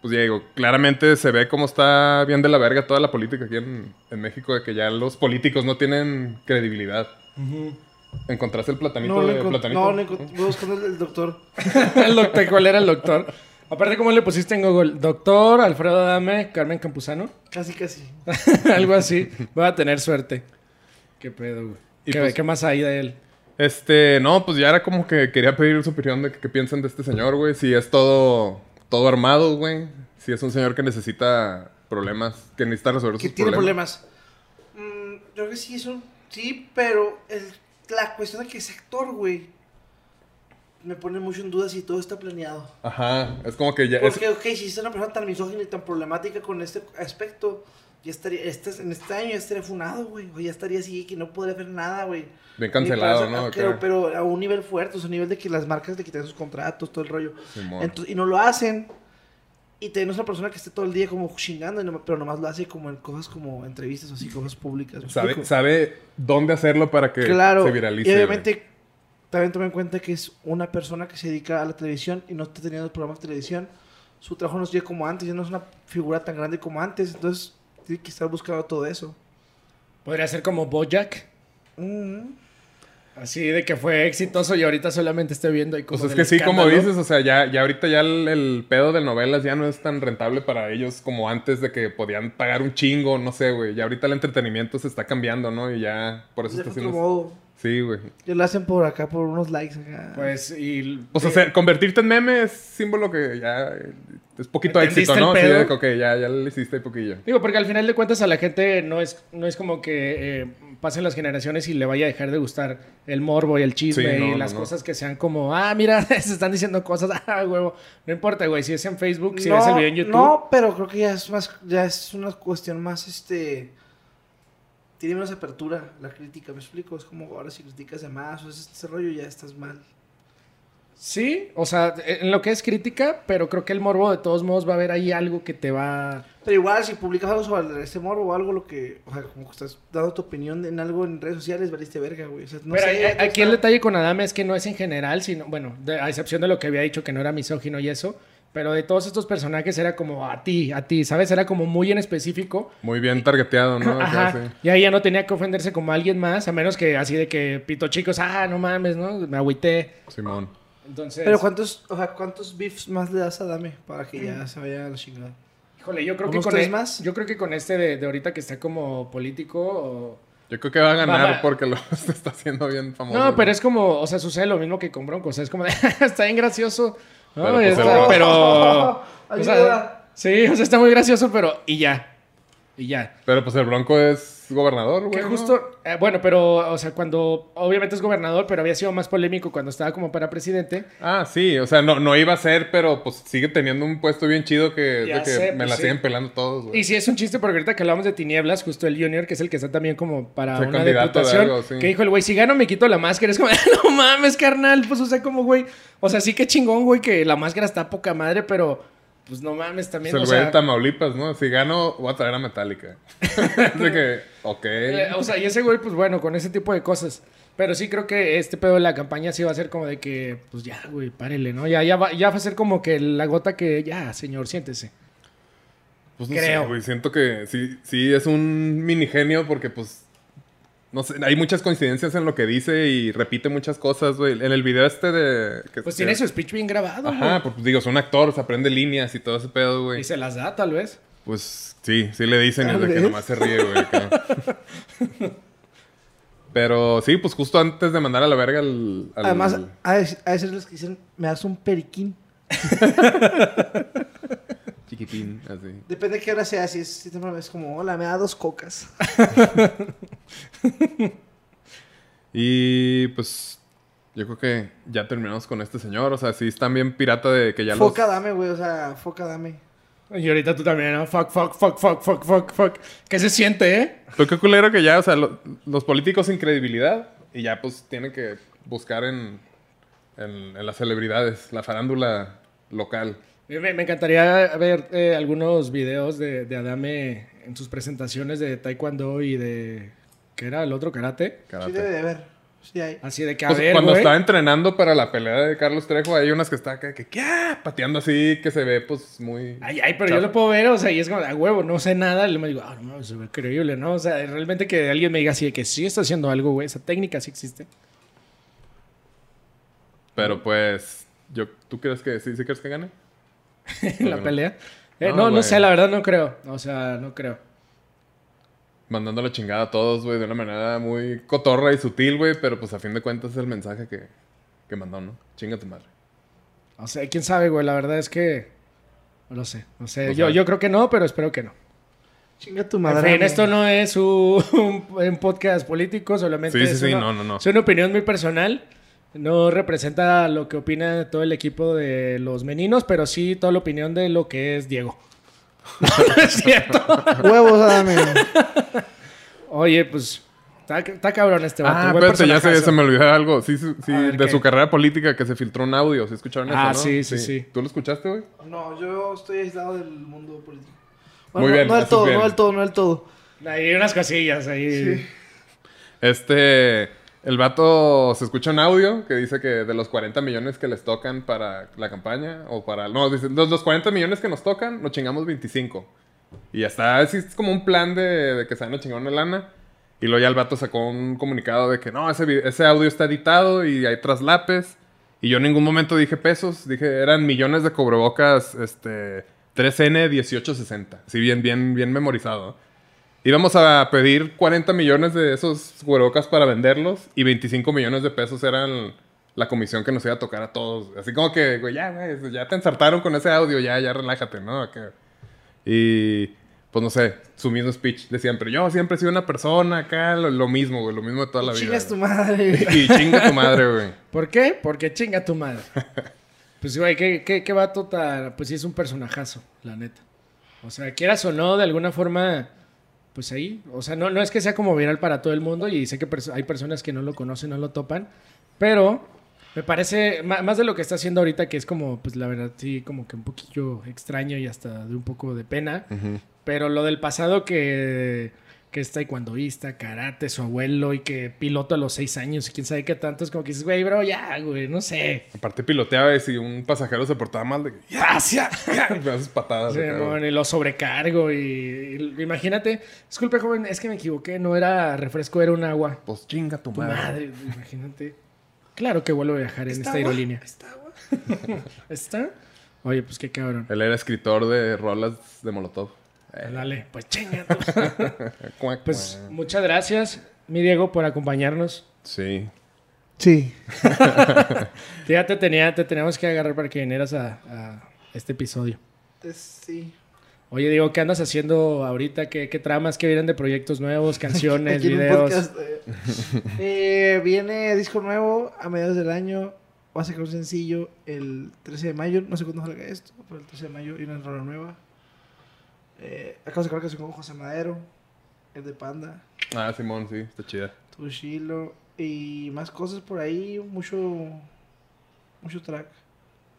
[SPEAKER 3] Pues ya digo, claramente se ve cómo está bien de la verga toda la política aquí en, en México. De que ya los políticos no tienen credibilidad. ¿Encontraste el platanito
[SPEAKER 4] No, lo
[SPEAKER 3] de
[SPEAKER 4] encont-
[SPEAKER 3] platanito?
[SPEAKER 4] no, lo encont- voy buscando el, el doctor.
[SPEAKER 2] El doctor, ¿cuál era el doctor? Aparte, ¿cómo le pusiste en Google? Doctor Alfredo Adame, Carmen Campuzano. [LAUGHS]
[SPEAKER 4] Casi, casi.
[SPEAKER 2] Algo así. Voy a tener suerte. Qué pedo, güey.
[SPEAKER 3] Y
[SPEAKER 2] ¿Qué,
[SPEAKER 3] pues-
[SPEAKER 2] qué más hay de él?
[SPEAKER 3] Este, no, pues ya era como que quería pedir su opinión de que- qué piensan de este señor, güey. Si es todo, todo armado, güey. Si es un señor que necesita problemas, que necesita resolver
[SPEAKER 4] Que
[SPEAKER 3] sus
[SPEAKER 4] tiene
[SPEAKER 3] problemas.
[SPEAKER 4] problemas. Mm, yo creo que sí, eso. Sí, pero el- la cuestión es que ese actor, güey. Me pone mucho en duda si todo está planeado.
[SPEAKER 3] Ajá, es como que ya es,
[SPEAKER 4] Porque, ok, si es una persona tan misógina y tan problemática con este aspecto, ya estaría, este, en este año ya estaría funado, güey. O ya estaría así, que no podría hacer nada, güey.
[SPEAKER 3] bien
[SPEAKER 4] Ni
[SPEAKER 3] cancelado,
[SPEAKER 4] para-
[SPEAKER 3] ¿no?
[SPEAKER 4] ah, Pero,
[SPEAKER 3] Acá.
[SPEAKER 4] pero a un nivel fuerte, o sea, a un nivel de que las marcas le quitan sus contratos, todo el rollo.
[SPEAKER 3] Simón.
[SPEAKER 4] Entonces, y no lo hacen. Y tenemos una persona que esté todo el día como chingando, y no- pero nomás lo hace como en cosas como entrevistas o así, cosas públicas. ¿me
[SPEAKER 3] sabe,
[SPEAKER 4] explico?
[SPEAKER 3] sabe dónde hacerlo para que
[SPEAKER 4] Claro.
[SPEAKER 3] se viralice.
[SPEAKER 4] y
[SPEAKER 3] güey.
[SPEAKER 4] obviamente, también toma en cuenta que es una persona que se dedica a la televisión y no está teniendo programas de televisión. Su trabajo no es ya como antes, ya no es una figura tan grande como antes. Entonces, tiene que estar buscando todo eso.
[SPEAKER 2] Podría ser como Bojack.
[SPEAKER 4] Mm.
[SPEAKER 3] Pues
[SPEAKER 2] Así de que fue exitoso y ahorita solamente estoy viendo ahí
[SPEAKER 3] O
[SPEAKER 2] como
[SPEAKER 3] sea, Pues es
[SPEAKER 2] del
[SPEAKER 3] que sí, como
[SPEAKER 2] escándalo.
[SPEAKER 3] dices, o sea, ya, ya ahorita ya el, el pedo de novelas ya no es tan rentable para ellos como antes de que podían pagar un chingo, no sé, güey. Ya ahorita el entretenimiento se está cambiando, ¿no? Y ya, por eso
[SPEAKER 4] De
[SPEAKER 3] está
[SPEAKER 4] Pues otro
[SPEAKER 3] haciendo...
[SPEAKER 4] modo,
[SPEAKER 3] Sí, güey.
[SPEAKER 4] ya lo hacen por acá, por unos likes acá.
[SPEAKER 2] Pues, y...
[SPEAKER 3] O sea, ser- convertirte en meme es símbolo que ya eh, es poquito
[SPEAKER 2] ¿Entendiste
[SPEAKER 3] éxito, ¿no?
[SPEAKER 2] el
[SPEAKER 3] Sí, de
[SPEAKER 2] pedo?
[SPEAKER 3] que, ok, ya, ya le hiciste poquillo.
[SPEAKER 2] Digo, porque al final de cuentas a la gente no es, no es como que eh, pasen las generaciones y le vaya a dejar de gustar el morbo y el chisme
[SPEAKER 3] Sí, no,
[SPEAKER 2] y
[SPEAKER 3] no,
[SPEAKER 2] las
[SPEAKER 3] no.
[SPEAKER 2] cosas que sean como, ah, mira, [LAUGHS] se están diciendo cosas, [LAUGHS] ah, huevo. No importa, güey, si es en Facebook, si
[SPEAKER 4] no,
[SPEAKER 2] ves el video en YouTube.
[SPEAKER 4] no, pero creo que ya es más, ya es una cuestión más, este, tiene menos apertura la crítica, ¿me explico? Es como ahora si criticas de más o ese, ese rollo ya estás mal.
[SPEAKER 2] Sí, o sea, en lo que es crítica, pero creo que el morbo de todos modos va a haber ahí algo que te va...
[SPEAKER 4] Pero igual, si publicas algo sobre este morbo o algo, lo que. O sea, como que estás dando tu opinión en algo en redes sociales, valiste verga, güey. O sea, no
[SPEAKER 2] pero
[SPEAKER 4] sé.
[SPEAKER 2] a- a-
[SPEAKER 4] no
[SPEAKER 2] aquí
[SPEAKER 4] está-
[SPEAKER 2] el detalle con Adame es que no es en general, sino, bueno, de- a excepción de lo que había dicho que no era misógino y eso, pero de todos estos personajes era como a ti, a ti, ¿sabes? Era como muy en específico.
[SPEAKER 3] Muy bien targeteado, ¿no? Acá,
[SPEAKER 2] Ajá.
[SPEAKER 3] sí.
[SPEAKER 2] Y ahí ya no tenía que ofenderse como alguien más, a menos que así de que pito chicos, ah, no mames, ¿no? Me agüité.
[SPEAKER 3] Simón.
[SPEAKER 2] Entonces,
[SPEAKER 4] Pero ¿cuántos, o sea, cuántos beefs más le das a Dame para que ya se vaya a la chingada?
[SPEAKER 2] híjole, yo creo que
[SPEAKER 4] ¿unos
[SPEAKER 2] con
[SPEAKER 4] tres
[SPEAKER 2] e-
[SPEAKER 4] más?
[SPEAKER 2] Yo creo que con este de, de ahorita que está como político o-
[SPEAKER 3] Yo creo que va a ganar
[SPEAKER 2] Va, va.
[SPEAKER 3] porque lo [LAUGHS] se está haciendo bien famoso.
[SPEAKER 2] No,
[SPEAKER 3] güey.
[SPEAKER 2] pero es como, o sea, sucede lo mismo que con Bronco, o sea, es como de, [LAUGHS] está bien gracioso. ¿no?
[SPEAKER 3] Pero, pues,
[SPEAKER 2] Está-
[SPEAKER 4] [LAUGHS]
[SPEAKER 3] el-
[SPEAKER 2] pero- o sea,
[SPEAKER 4] Ayuda.
[SPEAKER 2] sí, o sea, está muy gracioso, pero y ya. Y ya.
[SPEAKER 3] Pero pues el Bronco es gobernador, güey.
[SPEAKER 2] Que
[SPEAKER 3] ¿no?
[SPEAKER 2] justo, eh, bueno, pero, o sea, cuando obviamente es gobernador, pero había sido más polémico cuando estaba como para presidente.
[SPEAKER 3] Ah, sí, o sea, no, no iba a ser, pero pues sigue teniendo un puesto bien chido que, es
[SPEAKER 2] Ya
[SPEAKER 3] de que
[SPEAKER 2] sé,
[SPEAKER 3] me
[SPEAKER 2] pues,
[SPEAKER 3] la
[SPEAKER 2] sí.
[SPEAKER 3] siguen pelando todos, güey.
[SPEAKER 2] Y sí, es un chiste, porque ahorita que hablamos de tinieblas, justo el Junior, que es el que está también como para
[SPEAKER 3] Fue
[SPEAKER 2] una
[SPEAKER 3] candidato de
[SPEAKER 2] diputación,
[SPEAKER 3] algo, sí.
[SPEAKER 2] que dijo el güey, si gano me quito la máscara. Es como, [LAUGHS] no mames, carnal, pues, o sea, como güey, o sea, sí que chingón, güey, que la máscara está poca madre, pero, pues, no mames,
[SPEAKER 3] Es
[SPEAKER 2] también,
[SPEAKER 3] el
[SPEAKER 2] o
[SPEAKER 3] güey
[SPEAKER 2] sea...
[SPEAKER 3] de Tamaulipas, ¿no? Si gano, voy a traer
[SPEAKER 2] [LAUGHS]
[SPEAKER 3] a Metallica. [LAUGHS] Así que, ok.
[SPEAKER 2] Eh, o sea, y ese güey, pues bueno, con ese tipo de cosas. Pero sí creo que este pedo de la campaña sí va a ser como de que, pues ya, güey, párele, ¿no? Ya, ya, va, ya va a ser como que la gota que, ya, señor, siéntese.
[SPEAKER 3] Pues no
[SPEAKER 2] Creo.
[SPEAKER 3] sé, güey. Siento que sí, sí es un mini genio porque, pues, no sé, hay muchas coincidencias en lo que dice y repite muchas cosas, güey. En el video este de... que-
[SPEAKER 2] Pues tiene
[SPEAKER 3] que-
[SPEAKER 2] su speech bien grabado,
[SPEAKER 3] Este Ajá,
[SPEAKER 2] güey.
[SPEAKER 3] pues digo, es un actor, se aprende líneas y todo ese pedo, güey.
[SPEAKER 2] Y se las da, tal vez.
[SPEAKER 3] Pues sí, sí le dicen y es de
[SPEAKER 2] Ah,
[SPEAKER 3] que
[SPEAKER 4] ¿Ves?
[SPEAKER 3] nomás se ríe, güey. acá.
[SPEAKER 2] [LAUGHS]
[SPEAKER 3] Pero sí, pues justo antes de mandar a la verga al... al-
[SPEAKER 4] Además, a veces los que dicen, me das un periquín.
[SPEAKER 3] Chiquitín, así.
[SPEAKER 4] Depende de qué hora sea, si es, si temprano, es como, hola, me da dos cocas.
[SPEAKER 3] Y pues yo creo que ya terminamos con este señor. O sea, sí están bien pirata de que ya los...
[SPEAKER 4] [LAUGHS] foca dame, güey, o sea, foca dame.
[SPEAKER 2] Y ahorita tú también, ¿no? Fuck, fuck, fuck, fuck, fuck, fuck, fuck. ¿Qué se siente, eh?
[SPEAKER 3] Pero qué culero que ya, o sea, lo- los políticos sin credibilidad y ya pues tienen que buscar en, en, en las celebridades, la farándula local.
[SPEAKER 2] Me, me- me encantaría ver eh, algunos videos de, de Adame en sus presentaciones de Taekwondo y de. ¿Qué era el otro karate?
[SPEAKER 3] Karate.
[SPEAKER 4] Sí debe de haber. Sí hay.
[SPEAKER 2] Así de que, a
[SPEAKER 3] Pues,
[SPEAKER 2] ver,
[SPEAKER 3] cuando
[SPEAKER 2] güey.
[SPEAKER 3] estaba entrenando para la pelea de Carlos Trejo, hay unas que está acá que, ¿qué? pateando así, que se ve pues muy...
[SPEAKER 2] Ay, ay, pero yo lo puedo ver, o sea, y es como, a huevo, no sé nada. Y luego me digo, ah, no, mames, se ve increíble, ¿no? O sea, realmente que alguien me diga así de que sí está haciendo algo, güey, esa técnica sí existe. [LAUGHS]
[SPEAKER 3] Pero pues, yo, ¿tú crees que sí, sí crees que gane?
[SPEAKER 2] en la
[SPEAKER 3] no.
[SPEAKER 2] pelea. Eh,
[SPEAKER 3] No,
[SPEAKER 2] no, no
[SPEAKER 3] güey.
[SPEAKER 2] sé, la verdad no creo. O sea, no creo.
[SPEAKER 3] Mandando la chingada a todos, güey, de una manera muy cotorra y sutil, güey, pero pues a fin de cuentas es el mensaje que, que mandó, ¿no? Chinga tu madre.
[SPEAKER 2] O sea, quién sabe, güey, la verdad es que. No lo sé, no sé.
[SPEAKER 3] No
[SPEAKER 2] yo,
[SPEAKER 3] sabe.
[SPEAKER 2] yo creo que no, pero espero que no.
[SPEAKER 4] Chinga tu
[SPEAKER 2] En
[SPEAKER 4] madre.
[SPEAKER 2] fin,
[SPEAKER 4] dame.
[SPEAKER 2] esto no es un, un- un podcast político, solamente
[SPEAKER 3] Sí, sí,
[SPEAKER 2] es,
[SPEAKER 3] sí,
[SPEAKER 2] una,
[SPEAKER 3] no, no, no.
[SPEAKER 2] es una opinión muy personal. No representa lo que opina todo el equipo de los meninos, pero sí toda la opinión de lo que es
[SPEAKER 3] [LAUGHS]
[SPEAKER 2] Diego. no es cierto.
[SPEAKER 4] Huevos, dame.
[SPEAKER 2] [LAUGHS] Oye, pues, está, está cabrón este vato.
[SPEAKER 3] Ah,
[SPEAKER 2] buen
[SPEAKER 3] espérate, ya se,
[SPEAKER 2] personajazo.
[SPEAKER 3] se me olvidó algo. Sí, sí, sí,
[SPEAKER 2] A ver,
[SPEAKER 3] de
[SPEAKER 2] ¿qué?
[SPEAKER 3] su carrera política que se filtró un audio, ¿sí escucharon
[SPEAKER 2] Ah,
[SPEAKER 3] eso, no?
[SPEAKER 2] sí, sí, sí.
[SPEAKER 3] ¿Tú lo escuchaste, güey?
[SPEAKER 4] No, yo estoy aislado del mundo político.
[SPEAKER 3] Muy
[SPEAKER 4] no-
[SPEAKER 3] bien,
[SPEAKER 4] No
[SPEAKER 3] eso
[SPEAKER 4] del
[SPEAKER 3] es
[SPEAKER 4] todo,
[SPEAKER 3] bien.
[SPEAKER 4] no del todo, no del todo.
[SPEAKER 2] Hay unas cosillas ahí.
[SPEAKER 3] Este, el vato se escucha un audio que dice que de los 40 millones que les tocan para la campaña, o para, no, dice, los, los 40 millones que nos tocan, nos chingamos 25. Y ya está, así es como un plan de, de que se van a chingar una lana. Y luego ya el vato sacó un comunicado de que no, ese, vi- ese audio está editado y hay traslapes. Y yo en ningún momento dije pesos, dije eran millones de cobrebocas, este, 3N1860. Así bien, bien, bien memorizado. Íbamos a pedir 40 millones de esos cubrebocas para venderlos y 25 millones de pesos eran la comisión que nos iba a tocar a todos. Así como que, güey, ya, güey, ya te ensartaron con ese audio, ya, ya relájate, ¿no? Acá. Y pues no sé, su mismo speech de siempre. Yo siempre he sido una persona acá, lo, lo mismo, güey, lo mismo de toda la vida.
[SPEAKER 4] Chingas tu
[SPEAKER 3] güey. [LAUGHS]
[SPEAKER 4] madre. [LAUGHS]
[SPEAKER 3] y chinga tu madre, güey.
[SPEAKER 2] ¿Por qué? Porque chinga tu madre. [LAUGHS] Pues, güey, ¿qué, qué, qué vato tan... Pues sí es un personajazo, la neta. O sea, quieras o no, de alguna forma, pues ahí. O sea, no, no es que sea como viral para todo el mundo y sé que perso- hay personas que no lo conocen, no lo topan, pero me parece, ma- más de lo que está haciendo ahorita, que es como, pues la verdad, sí, como que un poquillo extraño y hasta de un poco de pena, pero lo del pasado que, que es taekwondoísta, karate, su abuelo y que piloto a los seis años y quién sabe qué tanto, es como que dices, güey, bro, ya, güey, no sé.
[SPEAKER 3] Aparte piloteaba y si un pasajero se portaba mal, de que, [LAUGHS] ya, ya, me haces patadas.
[SPEAKER 2] Sí,
[SPEAKER 3] acá,
[SPEAKER 2] no,
[SPEAKER 3] güey.
[SPEAKER 2] ni lo sobrecargo y, y- imagínate, disculpe joven, es que me equivoqué, no era refresco, era un agua.
[SPEAKER 3] Pues chinga tu
[SPEAKER 2] Tu
[SPEAKER 3] madre.
[SPEAKER 2] madre, imagínate. Claro que vuelvo a viajar en esta aerolínea.
[SPEAKER 4] Está, güey.
[SPEAKER 2] [LAUGHS] ¿Está? Oye, pues qué cabrón.
[SPEAKER 3] Él era escritor de rolas de Molotov. Eh,
[SPEAKER 2] Dale, pues
[SPEAKER 3] [LAUGHS]
[SPEAKER 2] chinga.
[SPEAKER 3] cuac,
[SPEAKER 2] Pues
[SPEAKER 3] cuac.
[SPEAKER 2] muchas gracias, mi Diego, por acompañarnos.
[SPEAKER 3] Sí.
[SPEAKER 4] Sí.
[SPEAKER 2] Ya te, tenía, te teníamos que agarrar para que vinieras a, a este episodio.
[SPEAKER 4] Es- sí.
[SPEAKER 2] Oye, Diego, ¿qué andas haciendo ahorita? ¿Qué, qué tramas que vienen de proyectos
[SPEAKER 4] [LAUGHS]
[SPEAKER 2] nuevos, canciones,
[SPEAKER 4] Aquí en un
[SPEAKER 2] videos?
[SPEAKER 4] podcast, eh.
[SPEAKER 3] [LAUGHS]
[SPEAKER 4] Eh, viene disco nuevo a mediados del año. Va a sacar un sencillo el 13 de mayo. No sé cuándo salga esto, pero el 13 de mayo viene una rola nueva. Eh, acabo de sacar una canción con José Madero, el de Panda,
[SPEAKER 3] Ah, Simón, sí, está chida.
[SPEAKER 4] Tushilo y más cosas por ahí. Mucho, mucho track.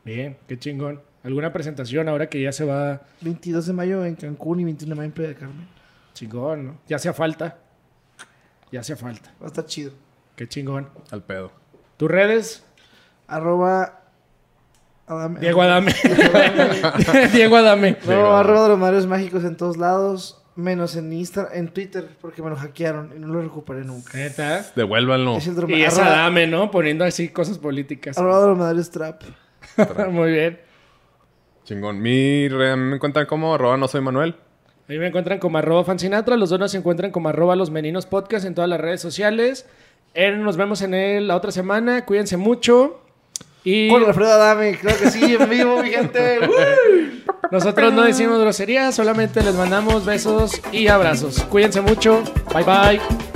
[SPEAKER 2] Bien, qué chingón. ¿Alguna presentación ahora que ya se va
[SPEAKER 4] 22 de mayo en Cancún y 21 de mayo en Playa del Carmen.
[SPEAKER 2] chingón, no? Ya hacía falta. Ya hacía falta.
[SPEAKER 4] Va a estar chido.
[SPEAKER 2] Qué chingón.
[SPEAKER 3] Al pedo.
[SPEAKER 2] ¿Tus redes?
[SPEAKER 4] Arroba. Adame-
[SPEAKER 2] Diego Adame. [LAUGHS] Diego Adame.
[SPEAKER 4] No,
[SPEAKER 3] Diego.
[SPEAKER 4] arroba de los Marios Mágicos en todos lados, menos en Insta, en Twitter, porque me lo hackearon y no lo recuperé nunca.
[SPEAKER 2] Neta.
[SPEAKER 3] Devuélvanlo.
[SPEAKER 4] Es el drama-
[SPEAKER 2] Y es
[SPEAKER 4] arroba,
[SPEAKER 2] Adame, ¿no? Poniendo así cosas políticas.
[SPEAKER 4] arroba de los Madres Trap.
[SPEAKER 2] [LAUGHS] Muy bien.
[SPEAKER 3] Chingón. Mi re- me encuentran como arroba no soy Manuel.
[SPEAKER 2] A mí me encuentran como arroba fancinatra, los dos nos encuentran como arroba los meninos podcast en todas las redes sociales. Eh, nos vemos en el- la otra semana, cuídense mucho. Y
[SPEAKER 4] Con Alfredo Adame, claro que sí, en vivo, mi gente. ¡Woo!
[SPEAKER 2] [LAUGHS] nosotros no decimos groserías, solamente les mandamos besos y abrazos. Cuídense mucho, bye bye.